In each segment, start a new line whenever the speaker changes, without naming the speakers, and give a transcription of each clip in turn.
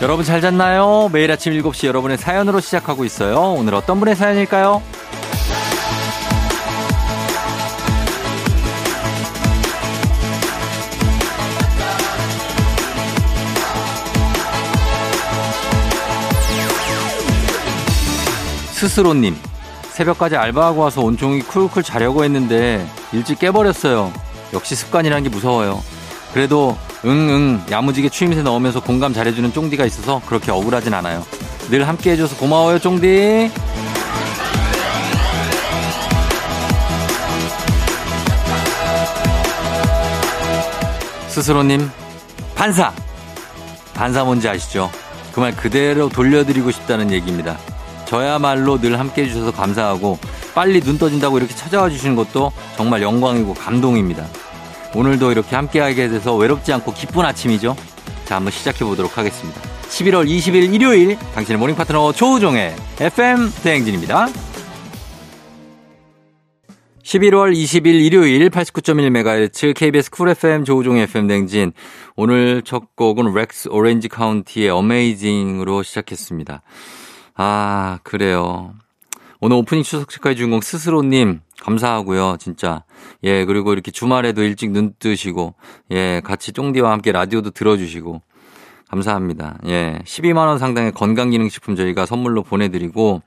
여러분 잘 잤나요? 매일 아침 7시 여러분의 사연으로 시작하고 있어요. 오늘 어떤 분의 사연일까요? ススロ님 새벽까지 알바하고 와서 온종일 쿨쿨 자려고 했는데 일찍 깨버렸어요. 역시 습관이라는 게 무서워요. 그래도 응응 야무지게 추임새 넣으면서 공감 잘해주는 쫑디가 있어서 그렇게 억울하진 않아요. 늘 함께 해줘서 고마워요 쫑디. 스스로님 반사 반사 뭔지 아시죠? 그 말 그대로 돌려드리고 싶다는 얘기입니다. 저야말로 늘 함께 해주셔서 감사하고 빨리 눈 떠진다고 이렇게 찾아와 주시는 것도 정말 영광이고 감동입니다. 오늘도 이렇게 함께하게 돼서 외롭지 않고 기쁜 아침이죠. 자, 한번 시작해 보도록 하겠습니다. 11월 20일 일요일 당신의 모닝 파트너 조우종의 FM 대행진입니다. 11월 20일 일요일 89.1MHz KBS 쿨 FM 조우종 FM 댕진. 오늘 첫 곡은 렉스 오렌지 카운티의 어메이징으로 시작했습니다. 아, 그래요. 오늘 오프닝 추석 축하해 주인공 스스로님 감사하고요, 진짜. 예, 그리고 이렇게 주말에도 일찍 눈 뜨시고, 예, 같이 쫑디와 함께 라디오도 들어주시고, 감사합니다. 예, 12만원 상당의 건강기능식품 저희가 선물로 보내드리고,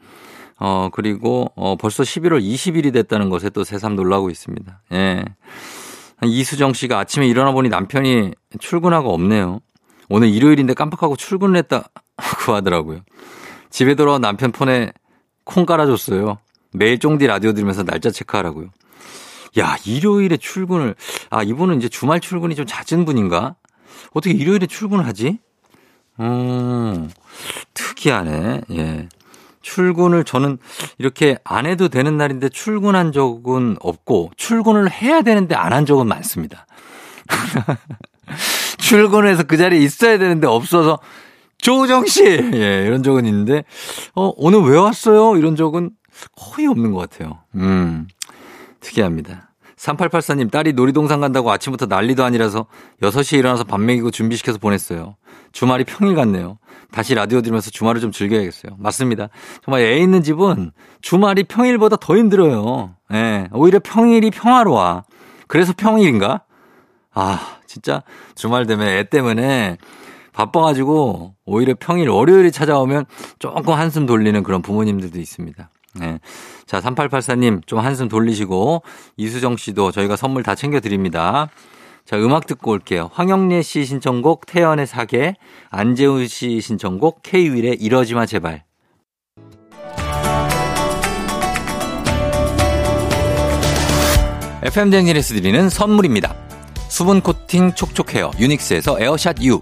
어, 그리고, 어, 벌써 11월 20일이 됐다는 것에 또 새삼 놀라고 있습니다. 예. 이수정 씨가 아침에 일어나 보니 남편이 출근하고 없네요. 오늘 일요일인데 깜빡하고 출근을 했다고 하더라고요. 집에 돌아온 남편 폰에 콩 깔아줬어요. 매일 쫑디 라디오 들으면서 날짜 체크하라고요. 야, 일요일에 출근을, 아, 이분은 이제 주말 출근이 좀 잦은 분인가? 어떻게 일요일에 출근을 하지? 음, 특이하네. 예. 출근을 저는 이렇게 안 해도 되는 날인데 출근한 적은 없고, 출근을 해야 되는데 안 한 적은 많습니다. 출근을 해서 그 자리에 있어야 되는데 없어서 조정 씨! 예, 이런 적은 있는데, 어, 오늘 왜 왔어요? 이런 적은 거의 없는 것 같아요. 음, 특이합니다. 3884님, 딸이 놀이동산 간다고 아침부터 난리도 아니라서 6시에 일어나서 밥 먹이고 준비시켜서 보냈어요. 주말이 평일 같네요. 다시 라디오 들으면서 주말을 좀 즐겨야겠어요. 맞습니다. 정말 애 있는 집은 주말이 평일보다 더 힘들어요. 예, 오히려 평일이 평화로워. 그래서 평일인가? 아, 진짜 주말 되면 애 때문에 바빠가지고 오히려 평일 월요일이 찾아오면 조금 한숨 돌리는 그런 부모님들도 있습니다. 네. 자, 3884님 좀 한숨 돌리시고 이수정 씨도 저희가 선물 다 챙겨드립니다. 자, 음악 듣고 올게요. 황영래 씨 신청곡 태연의 사계, 안재훈 씨 신청곡 K-윌의 이러지마 제발. FM 댕진에스 드리는 선물입니다. 수분 코팅 촉촉 헤어 유닉스에서 에어샷 U.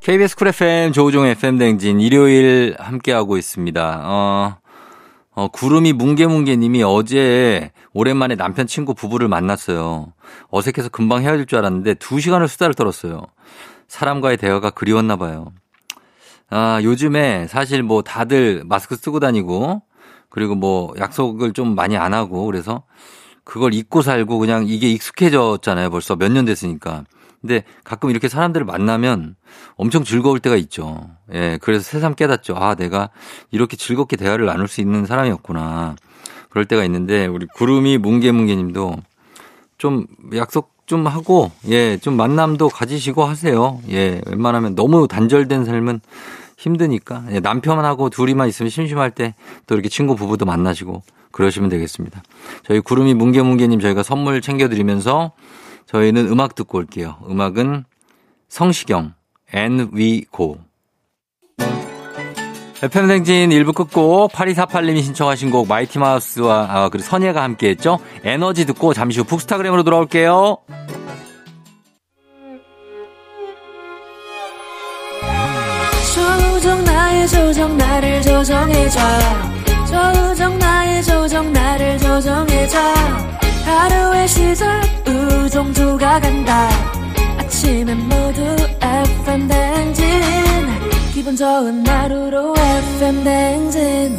KBS 쿨 FM 조우종 FM 댕진 일요일 함께하고 있습니다. 어, 어, 구름이 뭉게뭉게님이 어제 오랜만에 남편 친구 부부를 만났어요. 어색해서 금방 헤어질 줄 알았는데 두 시간을 수다를 떨었어요. 사람과의 대화가 그리웠나 봐요. 아, 요즘에 사실 뭐 다들 마스크 쓰고 다니고 그리고 뭐 약속을 좀 많이 안 하고 그래서 그걸 잊고 살고 그냥 이게 익숙해졌잖아요. 벌써 몇 년 됐으니까. 근데 가끔 이렇게 사람들을 만나면 엄청 즐거울 때가 있죠. 예, 그래서 새삼 깨닫죠. 아, 내가 이렇게 즐겁게 대화를 나눌 수 있는 사람이었구나. 그럴 때가 있는데 우리 구름이 뭉게뭉게 님도 좀 약속 좀 하고 예, 좀 만남도 가지시고 하세요. 예, 웬만하면 너무 단절된 삶은 힘드니까 예, 남편하고 둘이만 있으면 심심할 때 또 이렇게 친구 부부도 만나시고 그러시면 되겠습니다. 저희 구름이 뭉게뭉게님 저희가 선물 챙겨드리면서 저희는 음악 듣고 올게요. 음악은 성시경, And We Go. FM생진 1부 끝곡 8248님이 신청하신 곡 마이티마우스와 아, 그리고 선예가 함께했죠. 에너지 듣고 잠시 후 북스타그램으로 돌아올게요.
조정 나의 조정 나를 조정해줘 조정 나의 조정 나를 조정해줘 하루의 시절 우정조가 간다 아침엔 모두 FM 댕진 기분 좋은 하루로 FM 댕진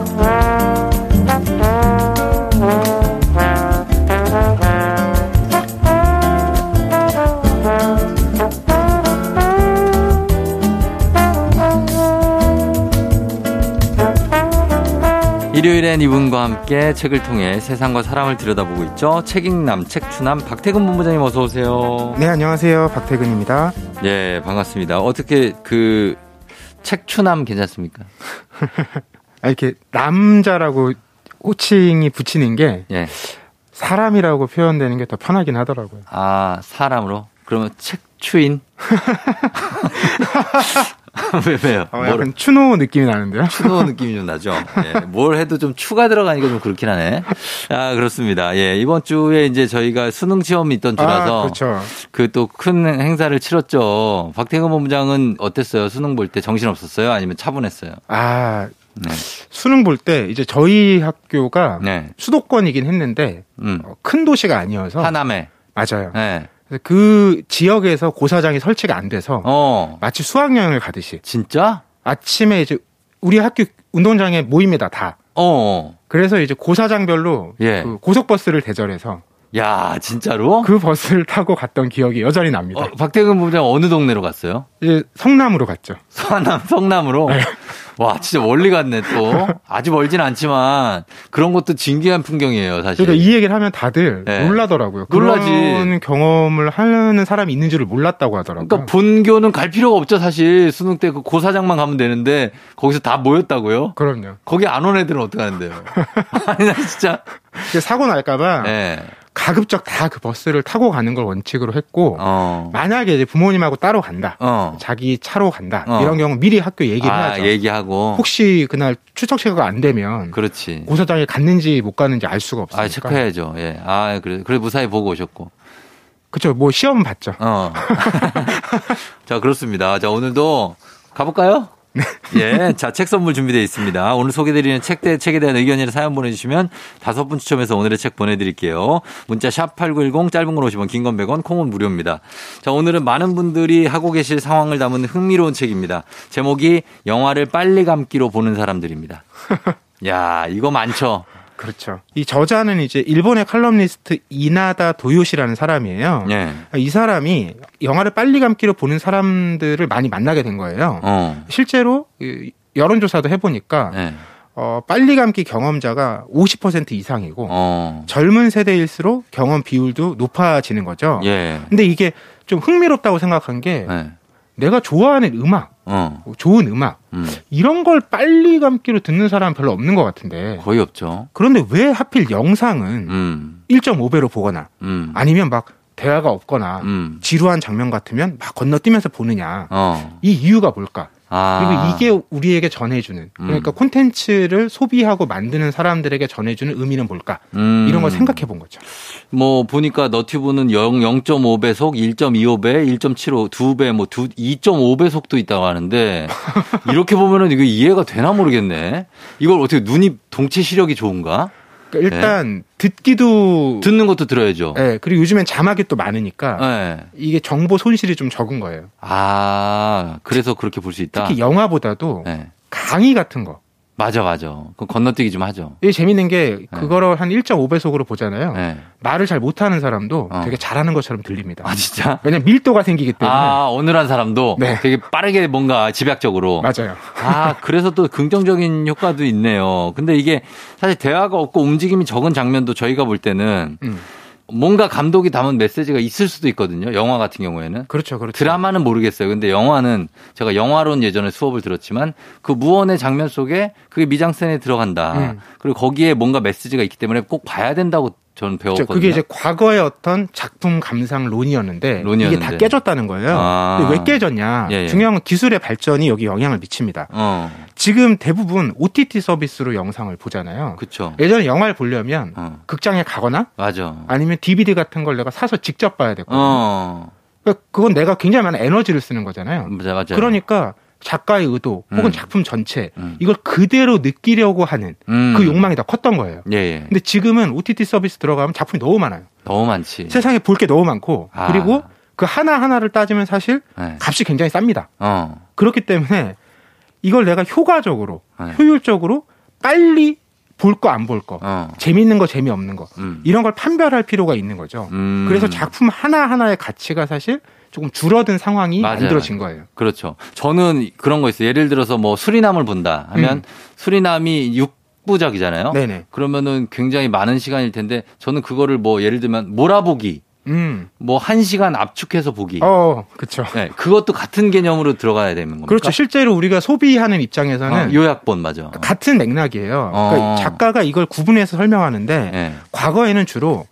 일요일엔 이분과 함께 책을 통해 세상과 사람을 들여다보고 있죠. 책읽남, 책추남, 박태근 본부장님 어서 오세요.
네, 안녕하세요. 박태근입니다.
예, 반갑습니다. 어떻게 그 책추남 괜찮습니까?
아, 이렇게 남자라고 호칭이 붙이는 게
예.
사람이라고 표현되는 게 더 편하긴 하더라고요.
아, 사람으로? 그러면 책추인? 왜, 왜요?
어,
뭐를-
약간 추노 느낌이 나는데요. 아,
추노 느낌이 좀 나죠. 예, 뭘 해도 좀 추가 들어가니까 좀 그렇긴 하네. 아 그렇습니다. 예 이번 주에 이제 저희가 수능 시험이 있던
아,
주라서
그렇죠.
그 또 큰 행사를 치렀죠. 박태근 본부장은 어땠어요? 수능 볼 때 정신 없었어요? 아니면 차분했어요?
아,
네.
수능 볼 때 이제 저희 학교가
네.
수도권이긴 했는데
음.
어, 큰 도시가 아니어서
하남에.
맞아요.
네.
그래서 그 지역에서 고사장이 설치가 안 돼서
어.
마치 수학여행을 가듯이
진짜?
아침에 이제 우리 학교 운동장에 모입니다 다.
어, 어.
그래서 이제 고사장별로
예.
그 고속버스를 대절해서
야 진짜로?
그 버스를 타고 갔던 기억이 여전히 납니다.
어, 박태근 본부장 어느 동네로 갔어요?
이제 성남으로 갔죠.
서남 성남으로
네.
와 진짜 멀리 갔네 또 아주 멀진 않지만 그런 것도 진귀한 풍경이에요 사실
그러니까 이 얘기를 하면 다들
네.
놀라더라고요.
놀라지.
그런 경험을 하는 사람이 있는 줄을 몰랐다고 하더라고요.
그러니까 본교는 갈 필요가 없죠 사실 수능 때 그 고사장만 가면 되는데 거기서 다 모였다고요
그럼요.
거기 안 온 애들은 어떡하는데요 아니 나 진짜
이제 사고 날까봐
예
가급적 다 그 버스를 타고 가는 걸 원칙으로 했고
어
만약에 이제 부모님하고 따로 간다,
어.
자기 차로 간다
어.
이런 경우 미리 학교 얘기를
아,
해야죠.
얘기하고
혹시 그날 출석 체크가 안 되면
그렇지
고사장에 갔는지 못 갔는지 알 수가 없으니까.
아 체크해야죠 예아 그래 그래 무사히 보고 오셨고
그렇죠. 뭐 시험 봤죠.
어. 자, 그렇습니다. 자, 오늘도 가볼까요? 예, 자, 책 선물 준비되어 있습니다. 오늘 소개드리는 책, 대, 책에 대한 의견이나 사연 보내주시면 다섯 분 추첨해서 오늘의 책 보내드릴게요. 문자 샵8910, 짧은 건 50원, 긴 건 100원, 콩은 무료입니다. 자, 오늘은 많은 분들이 하고 계실 상황을 담은 흥미로운 책입니다. 제목이 영화를 빨리 감기로 보는 사람들입니다. 야, 이거 많죠?
그렇죠. 이 저자는 이제 일본의 칼럼니스트 이나다 도요시라는 사람이에요.
예.
이 사람이 영화를 빨리 감기로 보는 사람들을 많이 만나게 된 거예요.
어.
실제로 이 여론조사도 해보니까
예.
어, 빨리 감기 경험자가 50% 이상이고
어.
젊은 세대일수록 경험 비율도 높아지는 거죠.
예.
근데 이게 좀 흥미롭다고 생각한 게
예.
내가 좋아하는 음악,
어,
좋은 음악
음,
이런 걸 빨리 감기로 듣는 사람 별로 없는 것 같은데
거의 없죠.
그런데 왜 하필 영상은
음,
1.5배로 보거나
음,
아니면 막 대화가 없거나
음,
지루한 장면 같으면 막 건너뛰면서 보느냐
어,
이 이유가 뭘까? 그리고
아, 음.
이게 우리에게 전해주는 그러니까 콘텐츠를 소비하고 만드는 사람들에게 전해주는 의미는 뭘까?
음.
이런 걸 생각해 본 거죠.
뭐 보니까 너튜브는 0, 0.5배속, 1.25배, 1.75, 2배, 뭐 2.5배속도 있다고 하는데 이렇게 보면은 이거 이해가 되나 모르겠네. 이걸 어떻게 눈이 동체 시력이 좋은가?
그러니까 일단 듣기도
네. 듣는 것도 들어야죠.
예, 그리고 요즘엔 자막이 또 많으니까
네.
이게 정보 손실이 좀 적은 거예요.
아 그래서 그렇게 볼 수 있다.
특히 영화보다도
네.
강의 같은 거.
맞아 맞아. 그 건너뛰기 좀 하죠.
이게 재밌는 게 그거를 한 1.5배속으로 보잖아요.
네.
말을 잘 못하는 사람도
어.
되게 잘하는 것처럼 들립니다.
아 진짜.
왜냐면 밀도가 생기기 때문에
아 오늘한 사람도
네.
되게 빠르게 뭔가 집약적으로.
맞아요.
아, 그래서 또 긍정적인 효과도 있네요. 근데 이게 사실 대화가 없고 움직임이 적은 장면도 저희가 볼 때는
음.
뭔가 감독이 담은 메시지가 있을 수도 있거든요. 영화 같은 경우에는.
그렇죠, 그렇죠.
드라마는 모르겠어요. 근데 영화는 제가 영화론 예전에 수업을 들었지만 그 무언의 장면 속에 그게 미장센에 들어간다.
음.
그리고 거기에 뭔가 메시지가 있기 때문에 꼭 봐야 된다고 저는
그렇죠.
배웠거든요.
그게 이제 과거의 어떤 작품 감상론이었는데
론이었는데.
이게 다 깨졌다는 거예요.
아.
근데 왜 깨졌냐?
예, 예.
중요한 건 기술의 발전이 여기 영향을 미칩니다.
어,
지금 대부분 OTT 서비스로 영상을 보잖아요.
그쵸.
예전에 영화를 보려면
어,
극장에 가거나
맞아.
아니면 DVD 같은 걸 내가 사서 직접 봐야 되고
어,
그러니까 그건 내가 굉장히 많은 에너지를 쓰는 거잖아요.
맞아, 맞아.
그러니까 작가의 의도 혹은
음.
작품 전체
음.
이걸 그대로 느끼려고 하는
음.
그 욕망이 더 컸던 거예요.
예, 예.
근데 지금은 OTT 서비스 들어가면 작품이 너무 많아요.
너무 많지.
세상에 볼 게 너무 많고
예. 아.
그리고 그 하나 하나를 따지면 사실
네.
값이 굉장히 쌉니다.
어.
그렇기 때문에 이걸 내가 효과적으로
네.
효율적으로 빨리 볼 거 안 볼 거,
어.
재밌는 거 재미없는 거
음.
이런 걸 판별할 필요가 있는 거죠.
음.
그래서 작품 하나 하나의 가치가 사실 조금 줄어든 상황이
맞아요.
만들어진 거예요.
그렇죠. 저는 그런 거 있어요. 예를 들어서 뭐 수리남을 본다 하면
음.
수리남이 육부작이잖아요
네네.
그러면은 굉장히 많은 시간일 텐데 저는 그거를 뭐 예를 들면 몰아보기
음.
뭐 한시간 압축해서 보기.
어, 그렇죠.
예. 네, 그것도 같은 개념으로 들어가야 되는 겁니까?
그렇죠. 그 실제로 우리가 소비하는 입장에서는
어, 요약본 맞아.
그러니까 같은 맥락이에요.
어.
그러니까 작가가 이걸 구분해서 설명하는데
예.
과거에는 주로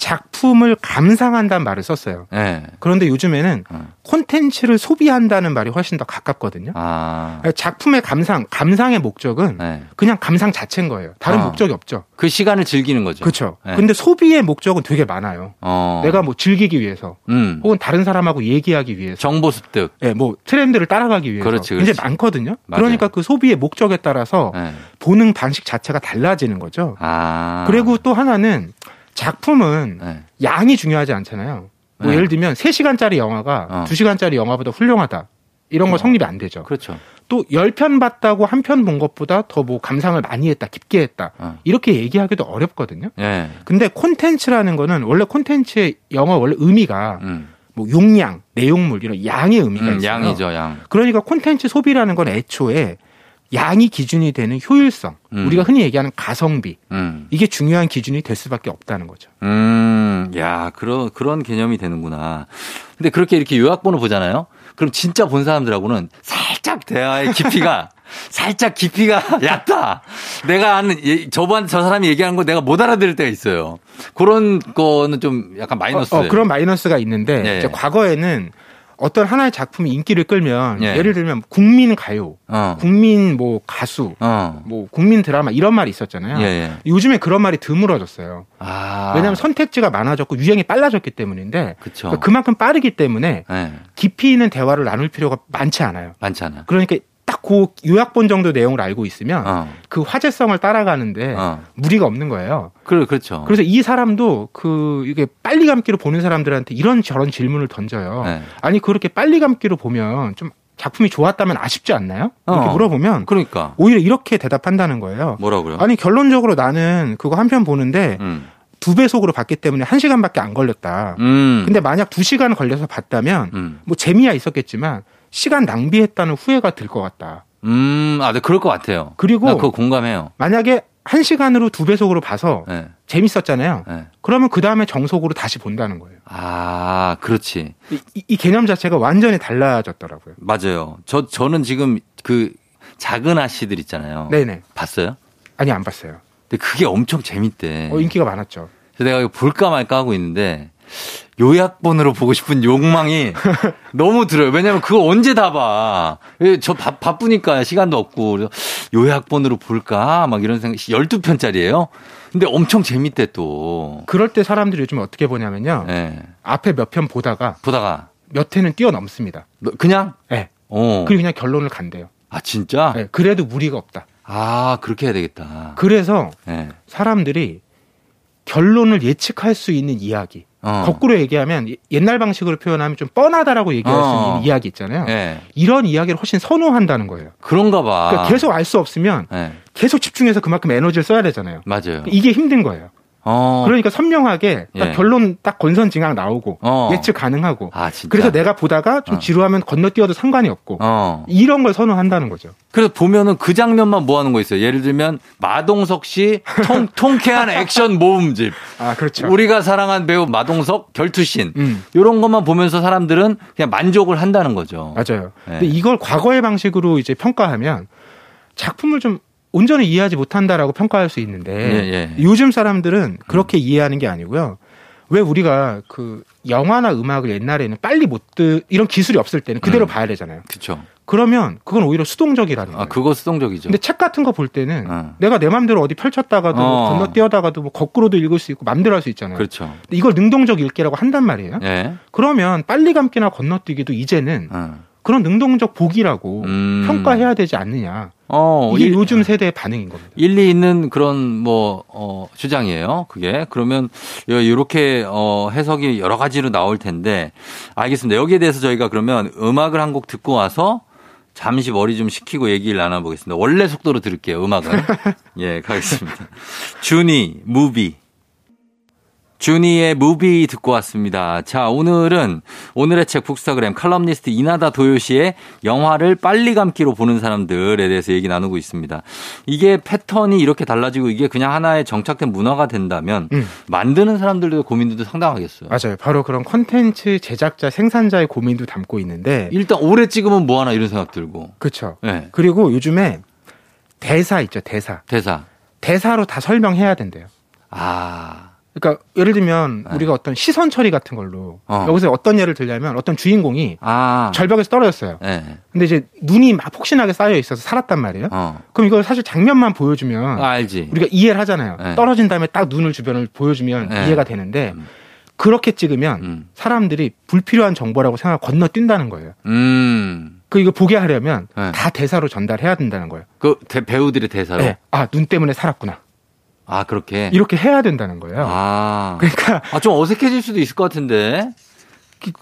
작품을 감상한다는 말을 썼어요.
예.
그런데 요즘에는
어.
콘텐츠를 소비한다는 말이 훨씬 더 가깝거든요. 그러니까
아.
작품의 감상, 감상의 목적은
예.
그냥 감상 자체인 거예요. 다른
아.
목적이 없죠.
그 시간을 즐기는 거죠.
그렇죠.
네.
근데 소비의 목적은 되게 많아요.
어.
내가 뭐 즐기기 위해서,
음.
혹은 다른 사람하고 얘기하기 위해서,
정보 습득.
예, 뭐 트렌드를 따라가기 위해서
그렇지,
굉장히
그렇지.
많거든요.
맞아요.
그러니까 그 소비의 목적에 따라서
예.
보는 방식 자체가 달라지는 거죠.
아.
그리고 또 하나는 작품은
예.
양이 중요하지 않잖아요. 뭐
네.
예를 들면 3시간짜리 영화가
어.
2시간짜리 영화보다 훌륭하다. 이런 거 성립이 안 되죠.
그렇죠.
또 10편 봤다고 한 편 본 것보다 더 뭐 감상을 많이 했다, 깊게 했다.
어.
이렇게 얘기하기도 어렵거든요.
예.
근데 콘텐츠라는 거는 원래 콘텐츠의 영어 원래 의미가
음.
뭐 용량, 내용물 이런 양의 의미가
음,
있어요.
양이죠, 양.
그러니까 콘텐츠 소비라는 건 애초에 양이 기준이 되는 효율성,
음.
우리가 흔히 얘기하는 가성비
음.
이게 중요한 기준이 될 수밖에 없다는 거죠.
음, 야, 그런, 그런 개념이 되는구나. 근데 그렇게 이렇게 요약본을 보잖아요? 그럼 진짜 본 사람들하고는 살짝 대화의 깊이가, 살짝 깊이가 얕다. 내가 아는, 예, 저번 저 사람이 얘기하는 거 내가 못 알아들을 때가 있어요. 그런 거는 좀 약간 마이너스.
어, 어, 그런 마이너스가 있는데
예.
이제 과거에는 어떤 하나의 작품이 인기를 끌면
예.
예. 를 들면 국민 가요,
어,
국민 뭐 가수,
어.
뭐 국민 드라마 이런 말이 있었잖아요.
예, 예.
요즘에 그런 말이 드물어졌어요.
아.
음.
그렇죠.
왜냐하면 선택지가 많아졌고 유행이 빨라졌기 때문인데
그쵸.
그만큼 빠르기 때문에
예,
깊이 있는 대화를 나눌 필요가 많지 않아요.
많잖아.
그러니까 딱 그 요약본 정도 내용을 알고 있으면
어,
그 화제성을 따라가는데
어.
무리가 없는 거예요.
그, 그렇죠.
어. 그래서 이 사람도 그 이게 빨리 감기로 보는 사람들한테 이런 저런 질문을 던져요.
예.
아니 그렇게 빨리 감기로 보면 좀 작품이 좋았다면 아쉽지 않나요? 이렇게
어.
물어보면
그러니까.
오히려 이렇게 대답한다는 거예요.
뭐라고요?
아니 결론적으로 나는 그거 한 편 보는데
음.
두 배속으로 봤기 때문에 한 시간밖에 안 걸렸다.
음.
근데 만약 두 시간 걸려서 봤다면
음.
뭐 재미야 있었겠지만 시간 낭비했다는 후회가 들 것 같다.
음, 아, 네, 그럴 것 같아요.
그리고
나 그거 공감해요.
만약에 한 시간으로 두 배속으로 봐서
예,
재밌었잖아요.
예.
그러면 그 다음에 정속으로 다시 본다는 거예요.
아, 그렇지.
이, 이- 이 개념 자체가 완전히 달라졌더라고요.
맞아요. 저, 저는 지금 그 작은 아씨들 있잖아요.
네네.
봤어요?
아니 안 봤어요.
근데 그게 엄청 재밌대.
어, 인기가 많았죠.
그래서 내가 이거 볼까 말까 하고 있는데 요약본으로 보고 싶은 욕망이 너무 들어요. 왜냐면 그거 언제 다 봐. 예, 저 바, 바쁘니까 시간도 없고 그래서 요약본으로 볼까 막 이런 생각. 12편짜리예요. 근데 엄청 재밌대 또.
그럴 때 사람들이 요즘 어떻게 보냐면요.
예.
앞에 몇 편 보다가
보다가
몇 회는 뛰어넘습니다.
너- 그냥
예.
어.
그리고 그냥 결론을 간대요.
아 진짜?
예, 그래도 무리가 없다.
아 그렇게 해야 되겠다.
그래서
예.
사람들이 결론을 예측할 수 있는 이야기.
어.
거꾸로 얘기하면 예- 옛날 방식으로 표현하면 좀 뻔하다라고 얘기할 수
어.
있는 이야기 있잖아요.
예.
이런 이야기를 훨씬 선호한다는 거예요.
그런가 봐.
그러니까 계속 알 수 없으면
예.
계속 집중해서 그만큼 에너지를 써야 되잖아요.
맞아요.
이게 힘든 거예요.
어.
그러니까 선명하게 딱
예.
결론 딱 건선징악 나오고
어.
예측 가능하고
아 진짜.
그래서 내가 보다가
어.
좀 지루하면 건너뛰어도 상관이 없고
어.
이런 걸 선호한다는 거죠.
그래서 보면은 그 장면만 뭐 하는 거 있어요. 예를 들면 마동석 씨 통, 통쾌한 액션 모음집.
아 그렇죠.
우리가 사랑한 배우 마동석 결투씬.
음
요런 것만 보면서 사람들은 그냥 만족을 한다는 거죠.
맞아요.
네.
근데 이걸 과거의 방식으로 이제 평가하면 작품을 좀 온전히 이해하지 못한다라고 평가할 수 있는데
예, 예.
요즘 사람들은 그렇게 이해하는 게 아니고요. 왜 우리가 그 영화나 음악을 옛날에는 빨리 못 듣, 이런 기술이 없을 때는 그대로
음.
봐야 되잖아요.
그쵸.
그러면 그건 오히려 수동적이라는 거예요.
아, 그거 수동적이죠.
근데 책 같은 거 볼 때는
어.
내가 내 마음대로 어디 펼쳤다가도
어.
건너뛰어다가도 뭐 거꾸로도 읽을 수 있고 마음대로 할 수 있잖아요.
그렇죠.
근데 이걸 능동적 읽기라고 한단 말이에요.
예.
그러면 빨리 감기나 건너뛰기도 이제는
어.
그런 능동적 보기라고
음.
평가해야 되지 않느냐.
어,
이게
일-
요즘 세대의 반응인 겁니다.
일리 있는 그런 뭐, 어, 주장이에요. 그게. 그러면, 이렇게, 어, 해석이 여러 가지로 나올 텐데, 알겠습니다. 여기에 대해서 저희가 그러면 음악을 한 곡 듣고 와서 잠시 머리 좀 식히고 얘기를 나눠보겠습니다. 원래 속도로 들을게요, 음악은. 예, 가겠습니다. 주니, 무비. 주니의 무비 듣고 왔습니다. 자, 오늘은 오늘의 책 북스타그램 칼럼니스트 이나다 도요시의 영화를 빨리 감기로 보는 사람들에 대해서 얘기 나누고 있습니다. 이게 패턴이 이렇게 달라지고 이게 그냥 하나의 정착된 문화가 된다면
음.
만드는 사람들도 고민들도 상당하겠어요.
맞아요. 바로 그런 컨텐츠 제작자, 생산자의 고민도 담고 있는데,
일단 오래 찍으면 뭐 하나 이런 생각 들고.
그렇죠.
예.
그리고 요즘에 대사 있죠, 대사.
대사.
대사로 다 설명해야 된대요.
아.
그러니까 예를 들면
네.
우리가 어떤 시선 처리 같은 걸로
어.
여기서 어떤 예를 들냐면 어떤 주인공이
아.
절벽에서 떨어졌어요.
예.
근데 이제 눈이 막 폭신하게 쌓여 있어서 살았단 말이에요.
어.
그럼 이걸 사실 장면만 보여주면
아, 알지.
아. 우리가 이해를 하잖아요.
네.
떨어진 다음에 딱 눈을 주변을 보여주면
네.
이해가 되는데
음.
그렇게 찍으면
음.
사람들이 불필요한 정보라고 생각 건너뛴다는 거예요.
음.
그 이거 보게 하려면
네.
다 대사로 전달해야 된다는 거예요.
그 대- 배우들의 대사로.
네. 아, 눈 때문에 살았구나.
아, 그렇게.
이렇게 해야 된다는 거예요.
아.
그러니까
아, 좀 어색해질 수도 있을 것 같은데.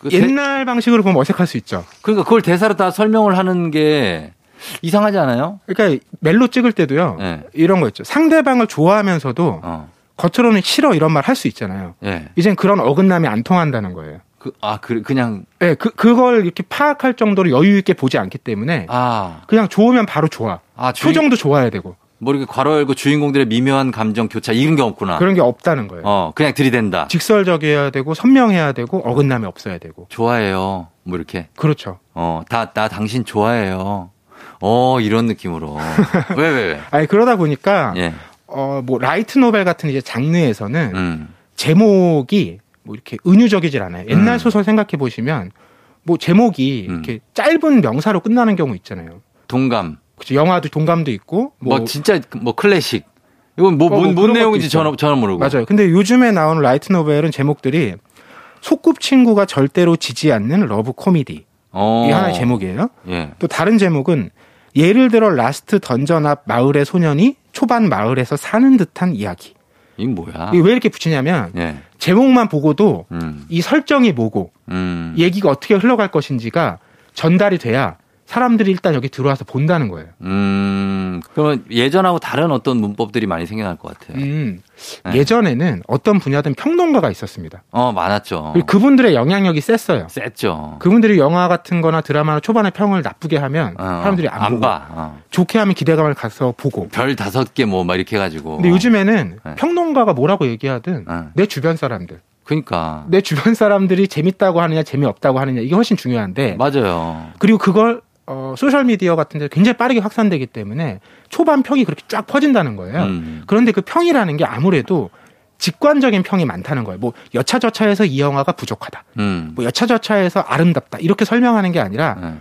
그 대-
옛날 방식으로 보면 어색할 수 있죠.
그러니까 그걸 대사로 다 설명을 하는 게 이상하지 않아요?
그러니까 멜로 찍을 때도요.
예.
이런 거 있죠. 상대방을 좋아하면서도
어.
겉으로는 싫어 이런 말 할 수 있잖아요.
예.
이젠 그런 어긋남이 안 통한다는 거예요.
그, 아, 그, 그냥,
예, 그, 그걸 이렇게 파악할 정도로 여유 있게 보지 않기 때문에
아.
그냥 좋으면 바로 좋아.
아, 주인,
표정도 좋아야 되고
뭐 이렇게 괄호 열고 주인공들의 미묘한 감정 교차 이런 게 없구나.
그런 게 없다는 거예요.
아. 어, 그냥 들이댄다.
직설적이어야 되고 선명해야 되고 어긋남이 없어야 되고
좋아해요. 뭐 이렇게.
그렇죠.
어, 다, 나 당신 좋아해요. 어, 이런 느낌으로. 왜, 왜, 왜?
아니 그러다 보니까
예.
어 뭐 라이트 노벨 같은 이제 장르에서는
음.
제목이 뭐 이렇게 은유적이질 않아요. 옛날
음.
소설 생각해 보시면 뭐 제목이
음.
이렇게 짧은 명사로 끝나는 경우 있잖아요.
동감.
그죠 영화도 동감도 있고
뭐,
뭐,
진짜, 뭐, 클래식. 이건 뭐,
어, 뭐
뭔, 뭔
그런
내용인지
것도
저는, 저는 모르고.
맞아요. 근데 요즘에 나오는 라이트 노벨은 제목들이 소꿉친구가 절대로 지지 않는 러브 코미디
어.
이 하나의 제목이에요.
예.
또 다른 제목은 예를 들어 라스트 던전 앞 마을의 소년이 초반 마을에서 사는 듯한 이야기.
이건 뭐야?
이게 왜 이렇게 붙이냐면
예.
제목만 보고도
음.
이 설정이 뭐고
음.
얘기가 어떻게 흘러갈 것인지가 전달이 돼야 사람들이 일단 여기 들어와서 본다는 거예요.
음, 그러면 예전하고 다른 어떤 문법들이 많이 생겨날 것 같아요.
음,
네.
예전에는 어떤 분야든 평론가가 있었습니다.
어, 많았죠.
그리고 그분들의 영향력이 셌어요.
셌죠.
그분들이 영화 같은 거나 드라마나 초반에 평을 나쁘게 하면
어,
그 사람들이 안, 보고
봐. 어.
좋게 하면 기대감을 가서 보고
별 다섯 개 뭐 막 이렇게 해가지고.
근데 요즘에는
네.
평론가가 뭐라고 얘기하든
어.
내 주변 사람들
그러니까.
내 주변 사람들이 재밌다고 하느냐 재미없다고 하느냐 이게 훨씬
어.
중요한데
맞아요.
그리고 그걸 어, 소셜 미디어 같은 데 굉장히 빠르게 확산되기 때문에 초반 평이 그렇게 쫙 퍼진다는 거예요.
음.
그런데 그 평이라는 게 아무래도 직관적인 평이 많다는 거예요. 뭐 여차저차해서 이 영화가 부족하다.
음.
뭐 여차저차해서 아름답다. 이렇게 설명하는 게 아니라
네.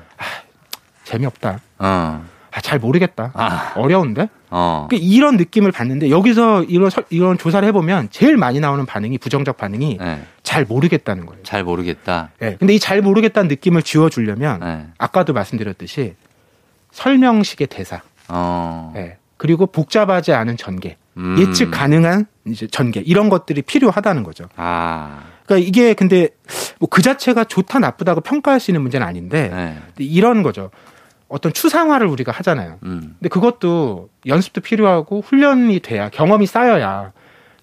재미없다.
어.
아, 잘 모르겠다.
아.
어려운데?
어.
그 이런 느낌을 받는데 여기서 이런 설- 이런 조사를 해보면 제일 많이 나오는 반응이 부정적 반응이
네.
잘 모르겠다는 거예요.
잘 모르겠다.
예. 근데 이 잘 모르겠다는 느낌을 지워주려면
네.
아까도 말씀드렸듯이 설명식의 대사,
어.
예. 그리고 복잡하지 않은 전개,
음.
예측 가능한 이제 전개 이런 것들이 필요하다는 거죠.
아.
그러니까 이게 근데 뭐 그 자체가 좋다 나쁘다고 평가할 수 있는 문제는 아닌데
네.
근데 이런 거죠. 어떤 추상화를 우리가 하잖아요.
음.
근데 그것도 연습도 필요하고 훈련이 돼야 경험이 쌓여야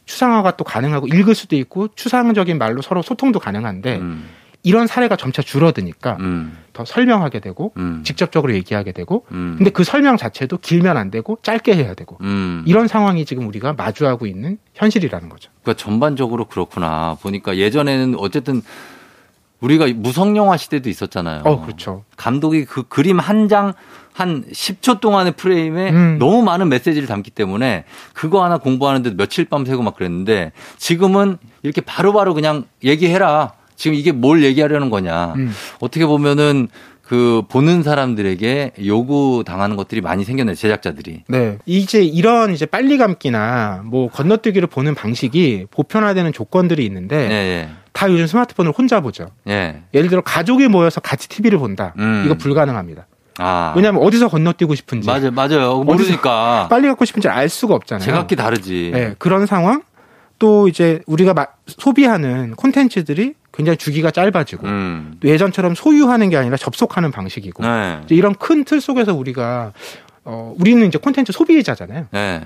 추상화가 또 가능하고 읽을 수도 있고 추상적인 말로 서로 소통도 가능한데
음.
이런 사례가 점차 줄어드니까
음.
더 설명하게 되고
음.
직접적으로 얘기하게 되고
음.
근데 그 설명 자체도 길면 안 되고 짧게 해야 되고
음.
이런 상황이 지금 우리가 마주하고 있는 현실이라는 거죠.
그러니까 전반적으로 그렇구나. 보니까 예전에는 어쨌든 우리가 무성 영화 시대도 있었잖아요.
어, 그렇죠.
감독이 그 그림 한 장 한 10초 동안의 프레임에
음.
너무 많은 메시지를 담기 때문에 그거 하나 공부하는데 며칠 밤 새고 막 그랬는데 지금은 이렇게 바로바로 그냥 얘기해라. 지금 이게 뭘 얘기하려는 거냐.
음.
어떻게 보면은 그 보는 사람들에게 요구 당하는 것들이 많이 생겼네 제작자들이.
네. 이제 이런 이제 빨리 감기나 뭐 건너뛰기를 보는 방식이 보편화되는 조건들이 있는데
예,
다 요즘 스마트폰을 혼자 보죠.
예. 예.
예를 들어 가족이 모여서 같이 TV를 본다.
음.
이거 불가능합니다.
아.
왜냐하면 어디서 건너뛰고 싶은지
맞아요, 맞아요. 모르니까.
빨리 갖고 싶은지 알 수가 없잖아요.
제각기 다르지.
네, 그런 상황 또 이제 우리가 마- 소비하는 콘텐츠들이 굉장히 주기가 짧아지고
음.
또 예전처럼 소유하는 게 아니라 접속하는 방식이고
네.
이제 이런 큰 틀 속에서 우리가 어, 우리는 이제 콘텐츠 소비자잖아요.
네.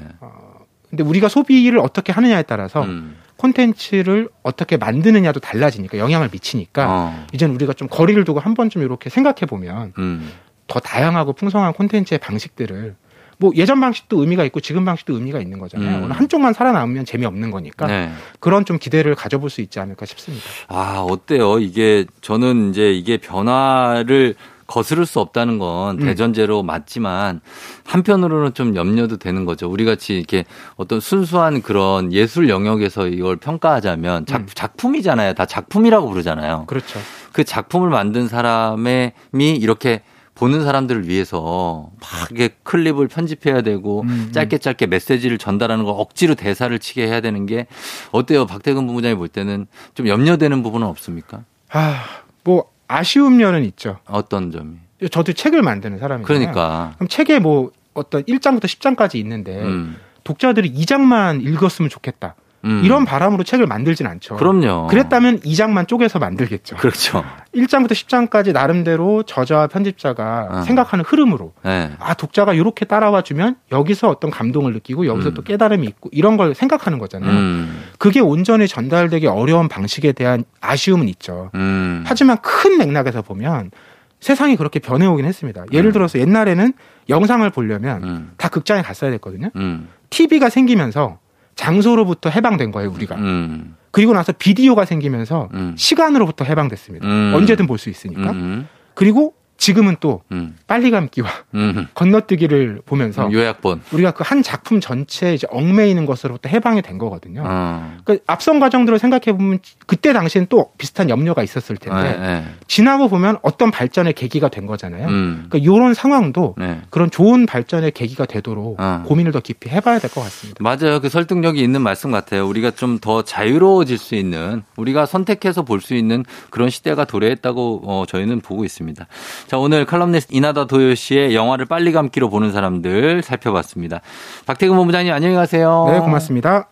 근데 우리가 소비를 어떻게 하느냐에 따라서
음.
콘텐츠를 어떻게 만드느냐도 달라지니까 영향을 미치니까
어.
이젠 우리가 좀 거리를 두고 한 번쯤 이렇게 생각해 보면
음.
더 다양하고 풍성한 콘텐츠의 방식들을 뭐 예전 방식도 의미가 있고 지금 방식도 의미가 있는 거잖아요.
음.
어느 한쪽만 살아남으면 재미없는 거니까
네.
그런 좀 기대를 가져볼 수 있지 않을까 싶습니다.
아, 어때요? 이게 저는 이제 이게 변화를 거스를 수 없다는 건
음.
대전제로 맞지만 한편으로는 좀 염려도 되는 거죠. 우리 같이 이렇게 어떤 순수한 그런 예술 영역에서 이걸 평가하자면 작,
음.
작품이잖아요. 다 작품이라고 부르잖아요.
그렇죠.
그 작품을 만든 사람이 이렇게 보는 사람들을 위해서 막 이게 클립을 편집해야 되고
음, 음.
짧게 짧게 메시지를 전달하는 걸 억지로 대사를 치게 해야 되는 게 어때요? 박태근 부부장이 볼 때는 좀 염려되는 부분은 없습니까?
아, 뭐 아쉬운 면은 있죠.
어떤 점이?
저도 책을 만드는 사람이에요.
그러니까.
그럼 책에 뭐 어떤 1장부터 10장까지 있는데
음,
독자들이 2장만 읽었으면 좋겠다.
음.
이런 바람으로 책을 만들진 않죠.
그럼요.
그랬다면 2장만 쪼개서 만들겠죠.
그렇죠.
1장부터 10장까지 나름대로 저자와 편집자가
어.
생각하는 흐름으로
네.
아 독자가 이렇게 따라와 주면 여기서 어떤 감동을 느끼고 여기서
음.
또 깨달음이 있고 이런 걸 생각하는 거잖아요.
음,
그게 온전히 전달되기 어려운 방식에 대한 아쉬움은 있죠.
음.
하지만 큰 맥락에서 보면 세상이 그렇게 변해오긴 했습니다. 예를
음.
들어서 옛날에는 영상을 보려면
음,
다 극장에 갔어야 됐거든요.
음,
TV가 생기면서 장소로부터 해방된 거예요, 우리가.
음,
그리고 나서 비디오가 생기면서
음.
시간으로부터 해방됐습니다.
음.
언제든 볼 수 있으니까.
음,
그리고 지금은 또
음,
빨리 감기와
음.
건너뛰기를 보면서
요약본.
우리가 그 한 작품 전체에 이제 얽매이는 것으로부터 해방이 된 거거든요.
어.
그 앞선 과정들을 생각해 보면 그때 당시엔 또 비슷한 염려가 있었을 텐데
네, 네.
지나고 보면 어떤 발전의 계기가 된 거잖아요.
음.
그러니까 이런 상황도
네.
그런 좋은 발전의 계기가 되도록
어.
고민을 더 깊이 해봐야 될 것 같습니다.
맞아요. 그 설득력이 있는 말씀 같아요. 우리가 좀 더 자유로워질 수 있는, 우리가 선택해서 볼 수 있는 그런 시대가 도래했다고 어, 저희는 보고 있습니다. 자, 오늘 칼럼니스트 이나다 도요 씨의 영화를 빨리 감기로 보는 사람들 살펴봤습니다. 박태근 본부장님 안녕히 가세요.
네, 고맙습니다.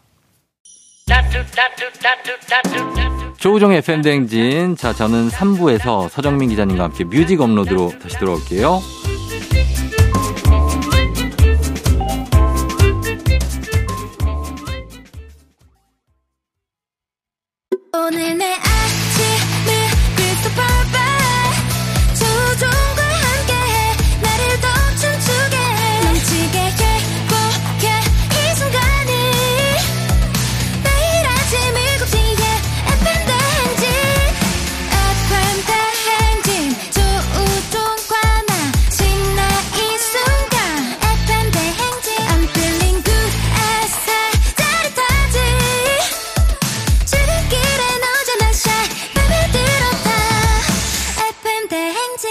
조우종 FM 대행진. 자, 저는 3부에서 서정민 기자님과 함께 뮤직 업로드로 다시 돌아올게요.
오늘 내 아침을 Christopher Bay 조종과 함께해 나를 더 춤추게 해. 넘치게 행복해 이 순간이 매일 아침 7시에 FM 대행진 FM 대행진 조우종과 나 신나 이 순간 FM 대행진 I'm feeling good as 짜릿하지 출근길에 너잖아 샤이 맘에 들었다 FM 대행진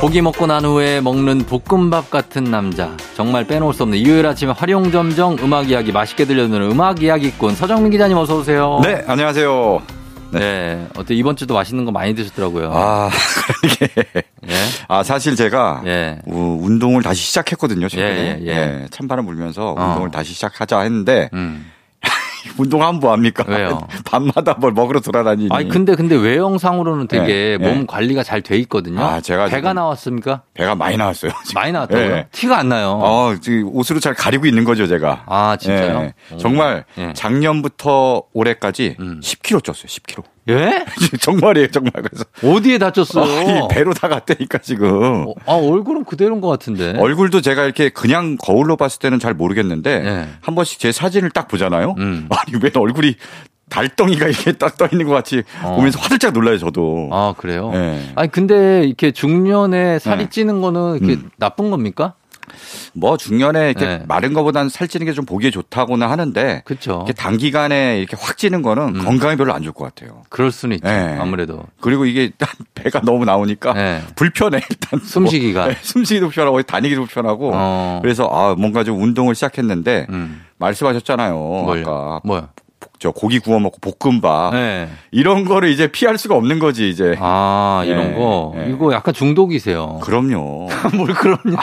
고기 먹고 난 후에 먹는 볶음밥 같은 남자. 정말 빼놓을 수 없는 일요일 아침 활용점정 음악 이야기 맛있게 들려주는 음악 이야기꾼 서정민 기자님 어서 오세요.
네, 안녕하세요.
네. 어때 이번 주도 맛있는 거 많이 드셨더라고요.
아, 그러게.
예.
아, 사실 제가
예.
우- 운동을 다시 시작했거든요, 최근에.
예, 예, 예.
예, 찬바람 불면서
어.
운동을 다시 시작하자 했는데
음.
운동하면 뭐 합니까?
왜요?
밤마다 뭘 먹으러 돌아다니니.
아니 근데 근데 외형상으로는 되게
예,
몸
예.
관리가 잘 돼 있거든요.
아, 제가
배가
지금-
나왔습니까?
배가 많이 나왔어요. 지금.
많이 나왔다고요?
예.
티가 안 나요.
어, 지금 옷으로 잘 가리고 있는 거죠, 제가.
아, 진짜요?
예.
오.
정말
예.
작년부터 올해까지
음.
10kg 쪘어요, 10kg.
예?
정말이에요, 정말. 그래서
어디에
어,
다쳤어요?
이 배로 다 갔다니까 지금.
어, 아 얼굴은 그대로인 것 같은데.
얼굴도 제가 이렇게 그냥 거울로 봤을 때는 잘 모르겠는데
예.
한 번씩 제 사진을 딱 보잖아요.
음.
아니 왜 얼굴이 달덩이가 이렇게 딱 떠 있는 것 같이
어.
보면서 화들짝 놀라요 저도.
아 그래요?
예.
아니 근데 이렇게 중년에 살이
예.
찌는 거는 이렇게 나쁜 겁니까?
뭐 중년에 이렇게
예.
마른 것보다는 살찌는 게 좀 보기에 좋다고는 하는데
그렇죠. 음.
이렇게 단기간에 이렇게 확 찌는 거는 건강에 별로 안 좋을 것 같아요.
그럴 수는 있죠.
예.
아무래도
그리고 이게 일단 배가 너무 나오니까
예.
불편해 일단
숨쉬기가.
네, 숨쉬기도 불편하고 다니기도 불편하고
어.
그래서 아 뭔가 좀 운동을 시작했는데
음.
말씀하셨잖아요
뭘요?
아까 아.
뭐야?
저 고기 구워 먹고 볶음밥
예.
이런 거를 이제 피할 수가 없는 거지 이제.
아 이런
예,
거
예.
이거 약간 중독이세요.
그럼요.
뭘 그럼요.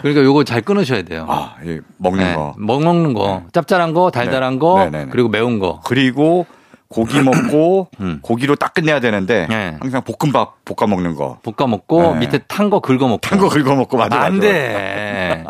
그러니까 요거 잘 끊으셔야 돼요.
아, 예, 먹는
네,
거.
먹 먹는 거, 짭짤한 거, 달달한
네.
거,
네, 네, 네.
그리고 매운 거.
그리고 고기 먹고
음.
고기로 딱 끝내야 되는데
네.
항상 볶음밥 볶아 먹는 거.
볶아 먹고
네.
밑에 탄 거 긁어 먹고.
탄 거 긁어 먹고 맞아
네.
맞아.
안 돼.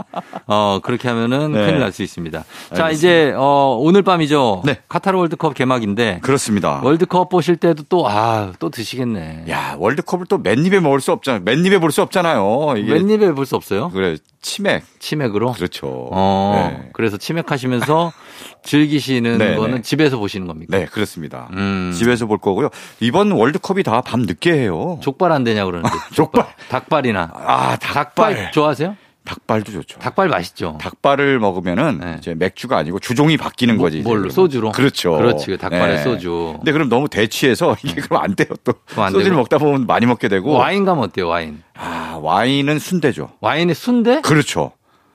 어, 그렇게 하면은
네.
큰일 날 수 있습니다. 자,
알겠습니다.
이제 어, 오늘 밤이죠.
네.
카타르 월드컵 개막인데
그렇습니다.
월드컵 보실 때도 또 아, 또 드시겠네.
야, 월드컵을 또 맨 입에 먹을 수 없잖아요. 맨 입에 볼 수 없잖아요. 이게
웬입에 볼 수 없어요?
그래. 치맥.
치맥으로.
그렇죠.
어,
네.
그래서 치맥하시면서 즐기시는
네,
거는
네.
집에서 보시는 겁니까?
네, 그렇습니다.
음.
집에서 볼 거고요. 이번 월드컵이 다 밤 늦게 해요.
족발 안 되냐 그러는데.
족발.
닭발이나.
아, 닭발.
좋아하세요?
닭발도 좋죠.
닭발 맛있죠.
어. 닭발을 먹으면은
네.
이제 맥주가 아니고 주종이 바뀌는
뭐-
거지. 이제
뭘로?
그러면.
소주로?
그렇죠.
그렇지, 그 닭발에 소주. 음.
근데 그럼 너무 대취해서 이게 그럼 안 돼요. 또
그럼 안
소주를
되고.
먹다 보면 많이 먹게 되고.
와인 가면 어때요, 와인?
아 와인은 순대죠.
와인에 순대?
그렇죠.